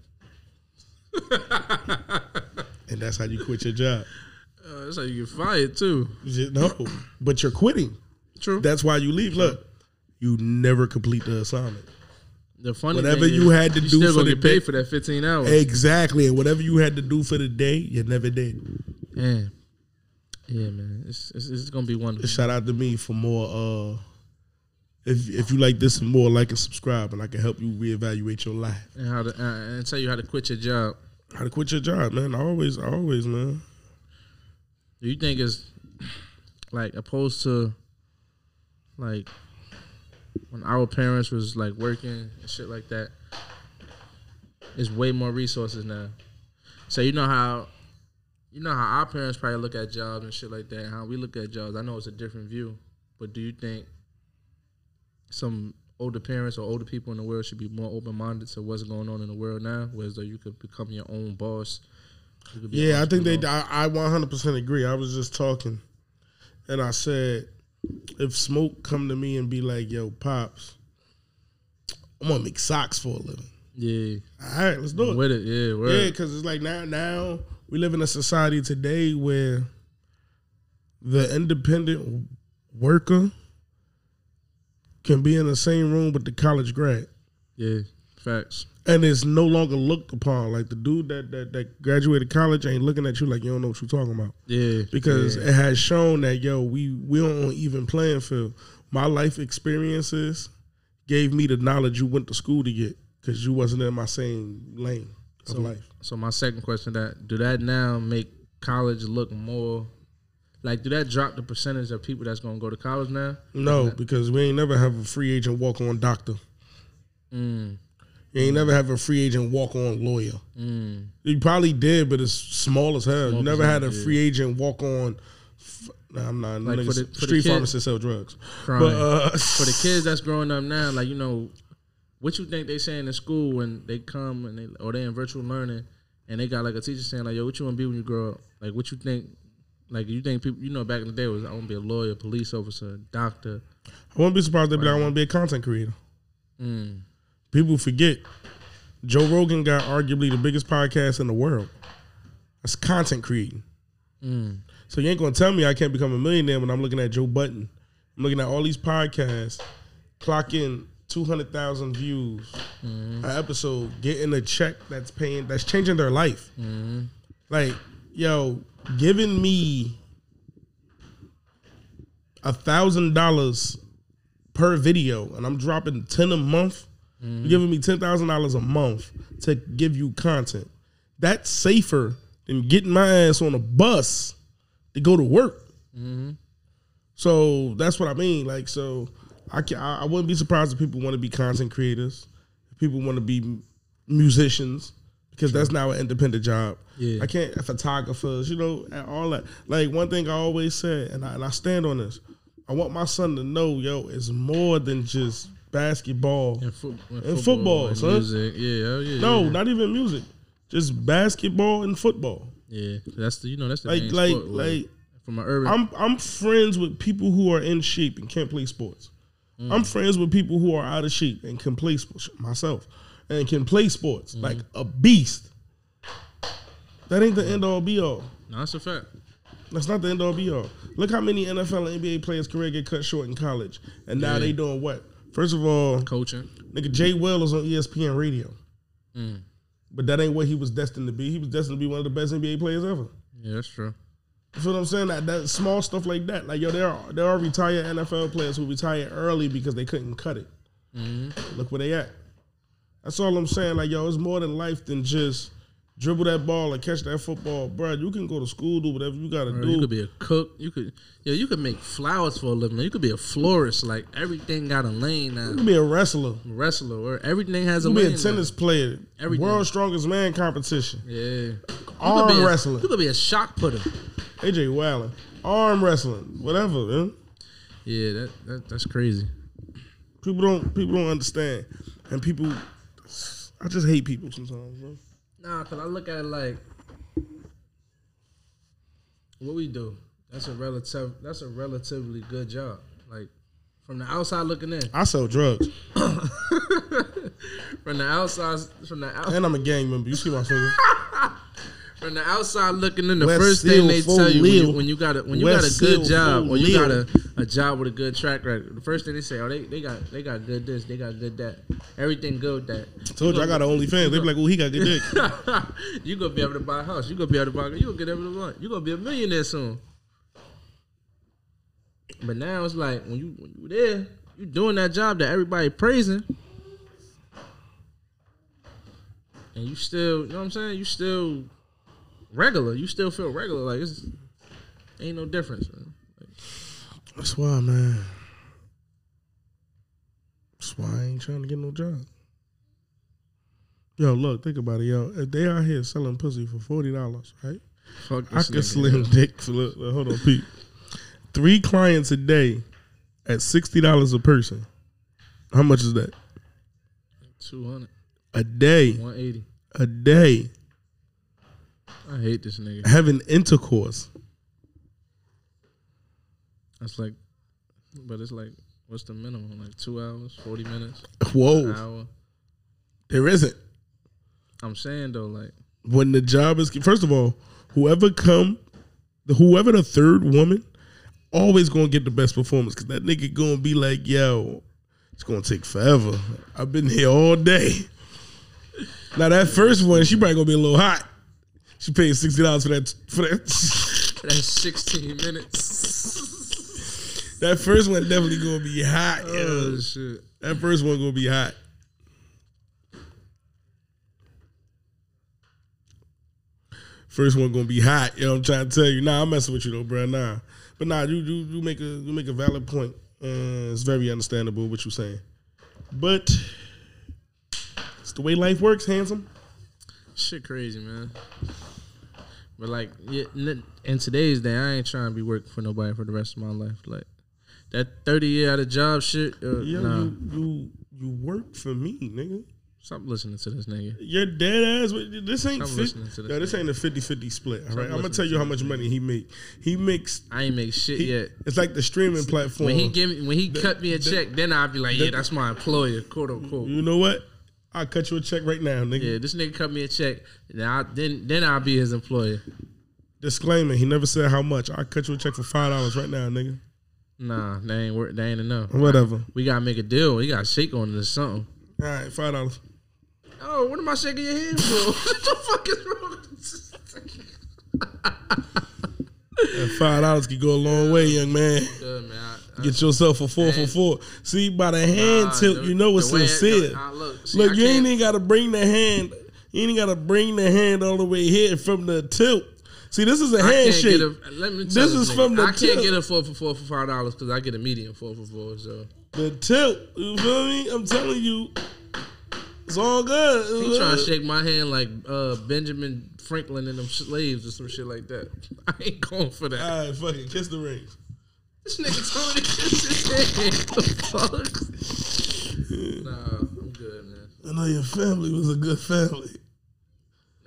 Speaker 3: and that's how you quit your job.
Speaker 2: Uh, that's how you get fired too.
Speaker 3: You just- no, but you're quitting.
Speaker 2: True.
Speaker 3: That's why you leave. Look, you never complete the assignment.
Speaker 2: the funny
Speaker 3: whatever
Speaker 2: thing is,
Speaker 3: you had to
Speaker 2: you
Speaker 3: do
Speaker 2: still
Speaker 3: for
Speaker 2: gonna
Speaker 3: the
Speaker 2: get paid
Speaker 3: day-
Speaker 2: for that 15 hours.
Speaker 3: Exactly. And whatever you had to do for the day, you never did.
Speaker 2: Man. Yeah, man, it's, it's, it's gonna be wonderful.
Speaker 3: Shout out to me for more. uh If if you like this and more, like and subscribe, and I can help you reevaluate your life.
Speaker 2: And how to uh, and tell you how to quit your job.
Speaker 3: How to quit your job, man? I Always, I always, man.
Speaker 2: Do you think it's like opposed to like when our parents was like working and shit like that? It's way more resources now. So you know how you know how our parents probably look at jobs and shit like that. and How we look at jobs. I know it's a different view, but do you think some older parents or older people in the world should be more open minded to what's going on in the world now? Whereas though you could become your own boss. you could be an
Speaker 3: Yeah, I think they.
Speaker 2: entrepreneur.
Speaker 3: I, I 100% agree. I was just talking, and I said, if Smoke come to me and be like, "Yo, pops, I'm gonna make socks for a living."
Speaker 2: Yeah.
Speaker 3: All right, let's do it.
Speaker 2: With it, yeah, word.
Speaker 3: Yeah, because it's like now, now we live in a society today where the independent worker can be in the same room with the college grad,
Speaker 2: Yeah, facts.
Speaker 3: and it's no longer looked upon. Like the dude that that, that graduated college ain't looking at you like you don't know what you're talking about
Speaker 2: Yeah,
Speaker 3: because
Speaker 2: yeah.
Speaker 3: it has shown that yo, we we don't even playing field. My life experiences gave me the knowledge you went to school to get because you wasn't in my same lane.
Speaker 2: So,
Speaker 3: life.
Speaker 2: so my second question that do that now make college look more like do that drop the percentage of people that's gonna go to college now?
Speaker 3: No, because we ain't never have a free agent walk on doctor.
Speaker 2: Mm.
Speaker 3: You ain't never have a free agent walk on lawyer.
Speaker 2: Mm.
Speaker 3: You probably did, but it's small as hell. you never had a free agent walk on. f- Nah, I'm not.
Speaker 2: Like,
Speaker 3: niggas,
Speaker 2: for the- for the
Speaker 3: street
Speaker 2: kid-
Speaker 3: pharmacists sell drugs.
Speaker 2: Crime.
Speaker 3: But uh,
Speaker 2: For the kids that's growing up now, like you know, what you think they saying in school when they come and they or they in virtual learning and they got like a teacher saying like, "Yo, what you want to be when you grow up?" Like, what you think? Like, you think people, you know, back in the day was I want to be a lawyer, police officer, doctor.
Speaker 3: I wouldn't be surprised if I want to be a content creator. People forget Joe Rogan got arguably the biggest podcast in the world. That's content creating. So you ain't gonna tell me I can't become a millionaire when I'm looking at Joe Button. I'm looking at all these podcasts, clocking two hundred thousand views an episode, getting a check that's paying that's changing their life. Like, yo, giving me a thousand dollars per video and I'm dropping 10 a month, you're giving me $10,000 a month to give you content. That's safer than getting my ass on a bus to go to work. So that's what I mean. Like, so I, can, I I wouldn't be surprised if people want to be content creators, if people want to be m- musicians, because that's now an independent job.
Speaker 2: Yeah.
Speaker 3: I can't photographers, you know, and all that. Like one thing I always said, and I, and I stand on this. I want my son to know, yo, it's more than just basketball.
Speaker 2: And, fo- and
Speaker 3: And football,
Speaker 2: and
Speaker 3: son.
Speaker 2: music, yeah, hell yeah,
Speaker 3: No,
Speaker 2: yeah.
Speaker 3: not even music, just basketball and football.
Speaker 2: yeah. That's the you know that's the
Speaker 3: Like,
Speaker 2: main
Speaker 3: like,
Speaker 2: sport,
Speaker 3: like.
Speaker 2: from an urban
Speaker 3: I'm I'm friends with people who are in shape and can't play sports. I'm
Speaker 2: Mm.
Speaker 3: friends with people who are out of shape and can play sports myself and can play sports
Speaker 2: Mm.
Speaker 3: like a beast. That ain't the end all be all.
Speaker 2: No, that's a fact.
Speaker 3: That's not the end all be all. Look how many NFL and NBA players career get cut short in college, and now
Speaker 2: Yeah.
Speaker 3: they doing what? First of all,
Speaker 2: Coaching.
Speaker 3: nigga Jay Will is on E ESPN Radio,
Speaker 2: Mm.
Speaker 3: but that ain't what he was destined to be. He was destined to be one of the best NBA players ever.
Speaker 2: Yeah, that's true.
Speaker 3: You feel what I'm saying? That, that small stuff like that. Like yo, there are there are retired NFL players who retired early because they couldn't cut it.
Speaker 2: Mm-hmm.
Speaker 3: Look where they at. That's all I'm saying. Like yo, it's more than life than just dribble that ball and catch that football, bro. You can go to school, do whatever you gotta
Speaker 2: Bro,
Speaker 3: do.
Speaker 2: you could be a cook. You could yeah, you could make flowers for a living. You could be a florist. Like everything got a lane
Speaker 3: you
Speaker 2: now.
Speaker 3: can be a wrestler. You
Speaker 2: Wrestler or everything has a
Speaker 3: can be
Speaker 2: lane.
Speaker 3: a tennis player.
Speaker 2: Everything.
Speaker 3: World's Strongest Man competition.
Speaker 2: now. Yeah. You could be
Speaker 3: Arm
Speaker 2: a-
Speaker 3: wrestling.
Speaker 2: You could be a shot putter.
Speaker 3: AJ Wallin. Arm wrestling. Whatever, man.
Speaker 2: Yeah, that, that that's crazy.
Speaker 3: People don't people don't understand. And people I just hate people sometimes, bro.
Speaker 2: Nah, cause I look at it like what we do. That's a relative. That's a relatively good job. Like from the outside looking in,
Speaker 3: I sell drugs.
Speaker 2: from the outside, from the outside.
Speaker 3: And I'm a gang member. You see my finger?
Speaker 2: From the outside looking in, the
Speaker 3: West
Speaker 2: first
Speaker 3: Seal
Speaker 2: thing they
Speaker 3: full
Speaker 2: tell you when, you
Speaker 3: lil.
Speaker 2: when you got a when you
Speaker 3: West
Speaker 2: got a good
Speaker 3: Seal
Speaker 2: job
Speaker 3: full
Speaker 2: or you got
Speaker 3: lil.
Speaker 2: a, a job with a good track record, the first thing they say, oh they, they got they got good this, they got good that, everything good with
Speaker 3: Told you I got an OnlyFans. They be like, oh, he got good dick.
Speaker 2: that. you gonna be able to buy a house, you gonna be able to buy, you gonna get everything you want, you gonna be a millionaire soon. But now it's like when you when you there, you doing that job that everybody praising. And you still, you know what I'm saying? You still regular. You still feel regular. Like it's ain't no difference. Man.
Speaker 3: That's why, man. That's why I ain't trying to get no job. Yo, look, think about it, yo. If they out here selling pussy for forty dollars, right?
Speaker 2: Fuck
Speaker 3: I
Speaker 2: this
Speaker 3: can
Speaker 2: nigga.
Speaker 3: slim dick. for- Look, look, hold on, Pete. Three clients a day at sixty dollars a person. How much is that?
Speaker 2: 200,
Speaker 3: A day,
Speaker 2: 180.
Speaker 3: a day
Speaker 2: I hate this nigga.
Speaker 3: having intercourse.
Speaker 2: That's like, but it's like, what's the minimum? Like two hours, 40 minutes, an
Speaker 3: Whoa,
Speaker 2: hour.
Speaker 3: there isn't.
Speaker 2: I'm saying though, like,
Speaker 3: when the job is first of all, whoever come, whoever the third woman, always gonna get the best performance because that nigga gonna be like, yo, it's gonna take forever. I've been here all day. Now that first one, she probably gonna be a little hot. She paid sixty dollars for that for that.
Speaker 2: that's 16 minutes.
Speaker 3: that first one definitely gonna be hot.
Speaker 2: oh,
Speaker 3: yo.
Speaker 2: shit.
Speaker 3: That first one gonna be hot. First one gonna be hot. You know what I'm trying to tell you. Nah, I'm messing with you though, bruh. Nah, but nah, you you you make a you make a valid point. Uh, it's very understandable what you're saying, but it's the way life works, handsome.
Speaker 2: Shit crazy, man. But like yeah, n- in today's day, I ain't trying to be working for nobody for the rest of my life. Like that thirty year out of job shit. Uh,
Speaker 3: Yo,
Speaker 2: nah,
Speaker 3: you, you you work for me, nigga.
Speaker 2: stop listening to this nigga.
Speaker 3: Your dead ass. with- This ain't
Speaker 2: I'm
Speaker 3: 50,
Speaker 2: listening to this
Speaker 3: yo, this
Speaker 2: nigga.
Speaker 3: ain't a 50-50 split. All right, I'm gonna
Speaker 2: listening
Speaker 3: tell you
Speaker 2: to
Speaker 3: how much money he make. He makes.
Speaker 2: I ain't make shit
Speaker 3: He,
Speaker 2: yet.
Speaker 3: It's like the streaming platform.
Speaker 2: When he give me, when he
Speaker 3: The-
Speaker 2: cut me a
Speaker 3: the-
Speaker 2: check, then I'd be like, yeah,
Speaker 3: the- Mm.
Speaker 2: that's my employer, quote unquote.
Speaker 3: you know what? I'll cut you a check right now, nigga.
Speaker 2: Yeah, this nigga cut me a check. Now I, then then I'll be his employer.
Speaker 3: Disclaimer: He never said how much. I'll cut you a check for five dollars right now, nigga.
Speaker 2: Nah, that ain't work. That ain't enough.
Speaker 3: Whatever.
Speaker 2: We gotta make a deal. We gotta shake on this something.
Speaker 3: All right, five dollars.
Speaker 2: Oh, what am I shaking your hand for? what the fuck is wrong? with this?
Speaker 3: Five dollars could go a long way, young man.
Speaker 2: Good man. I- I-
Speaker 3: Get yourself a four for
Speaker 2: Hey.
Speaker 3: four. See by the hand
Speaker 2: Nah,
Speaker 3: tilt,
Speaker 2: the-
Speaker 3: you know it's
Speaker 2: the way it-
Speaker 3: sincere.
Speaker 2: nah, look, see,
Speaker 3: look,
Speaker 2: I
Speaker 3: you ain't
Speaker 2: can't-
Speaker 3: even gotta bring the hand. You ain't gotta bring the hand all the way here from the tilt. See, this is a
Speaker 2: I can't
Speaker 3: handshake.
Speaker 2: get a- let me tell
Speaker 3: This is
Speaker 2: nigga,
Speaker 3: from the
Speaker 2: I can't
Speaker 3: tip.
Speaker 2: get a four for four for five dollars because I get a medium four for four. So
Speaker 3: the tilt. You feel me? I'm telling you, it's all good.
Speaker 2: he trying to shake my hand like uh, Benjamin Franklin and them slaves or some shit like that. I ain't going for that.
Speaker 3: All right, fucking kiss the rings.
Speaker 2: This nigga told me to kiss his hand. The fuck? Nah, I'm good, man.
Speaker 3: I know your family was a good family.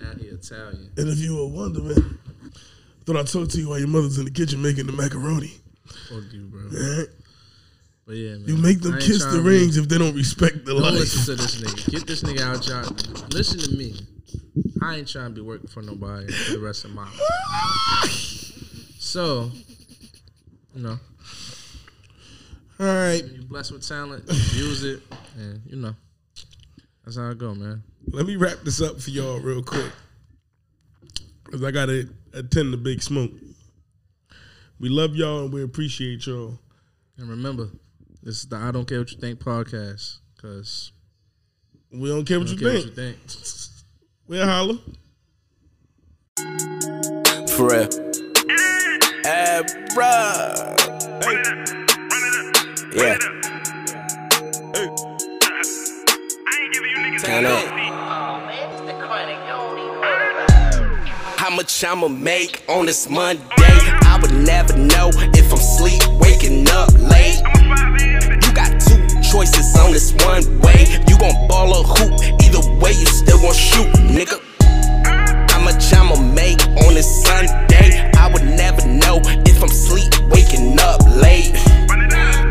Speaker 2: Now he Italian.
Speaker 3: And if you were Wonder Man, thought I'd talk to you while your mother's in the kitchen making the macaroni.
Speaker 2: Fuck you, bro.
Speaker 3: Alright?
Speaker 2: But yeah, man.
Speaker 3: You make
Speaker 2: I
Speaker 3: them
Speaker 2: ain't
Speaker 3: kiss
Speaker 2: trying
Speaker 3: the
Speaker 2: to be-
Speaker 3: rings if they don't respect the
Speaker 2: Don't
Speaker 3: life.
Speaker 2: listen to this nigga. Get this nigga out, y'all. Listen to me. I ain't trying to be working for nobody for the rest of my life. So, you know,
Speaker 3: All right,
Speaker 2: you blessed with talent, use it, and you know, that's how it go, man.
Speaker 3: let me wrap this up for y'all real quick. Because I got to attend the big smoke. We love y'all and we appreciate y'all.
Speaker 2: And remember, this is the I don't care what you think podcast, cause
Speaker 3: We don't care what
Speaker 2: I
Speaker 3: you
Speaker 2: don't care
Speaker 3: think.
Speaker 2: what you think.
Speaker 3: We'll holler.
Speaker 1: For real. Hey, bruh. Yeah. Turn up. How much I'ma make on this Monday? I would never know if I'm sleep waking up late. You got two choices on this one way. You gon' ball or hoop. Either way, you still gon' shoot, nigga. How much I'ma make on this Sunday? I would never know if I'm sleep waking up late.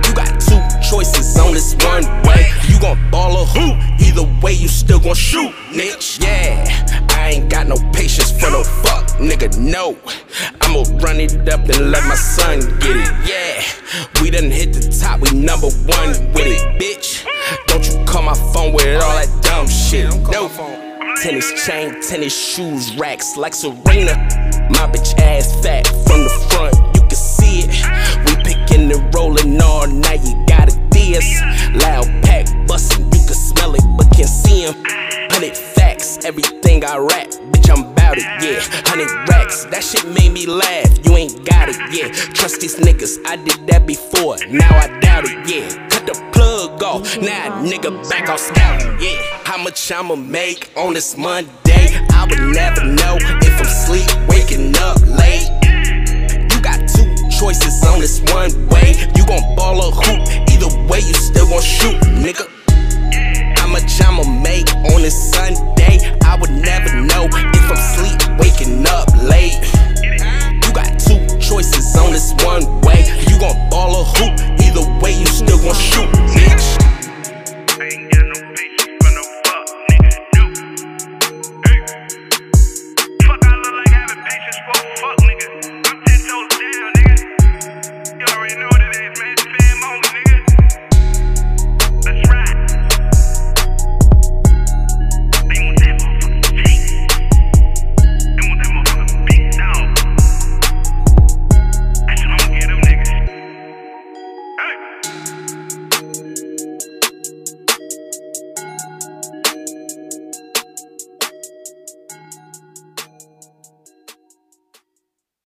Speaker 1: You got two choices on this one way. You gon' ball or hoop. Either way, you still gon' shoot, nigga. Yeah, I ain't got no patience for no fuck, nigga. No, I'ma run it up and let my son get it. Yeah, we done hit the top. We number one with it, bitch. Don't you call my phone with all that dumb shit. No. Tennis chain, tennis shoes, racks like Serena. My bitch ass fat from the front, you can see it. We picking and rolling all night, you gotta diss. Loud pack bustin', you can smell it but can't see him. Hundred facts, everything I rap, bitch I'm bout it, yeah. Hundred racks, that shit made me laugh, you ain't got it, yeah. Trust these niggas, I did that before, now I doubt it, yeah. Cut the plug off, now a nigga back on scout, yeah. How much I'ma make on this Monday? I would never know if I'm sleep waking up late. You got two choices on this one way. You gon' ball or hoop. Either way, you still gon' shoot, nigga. How much I'ma make on this Sunday? I would never know if I'm sleep waking up late. You got two choices on this one way. You gon' ball or hoop.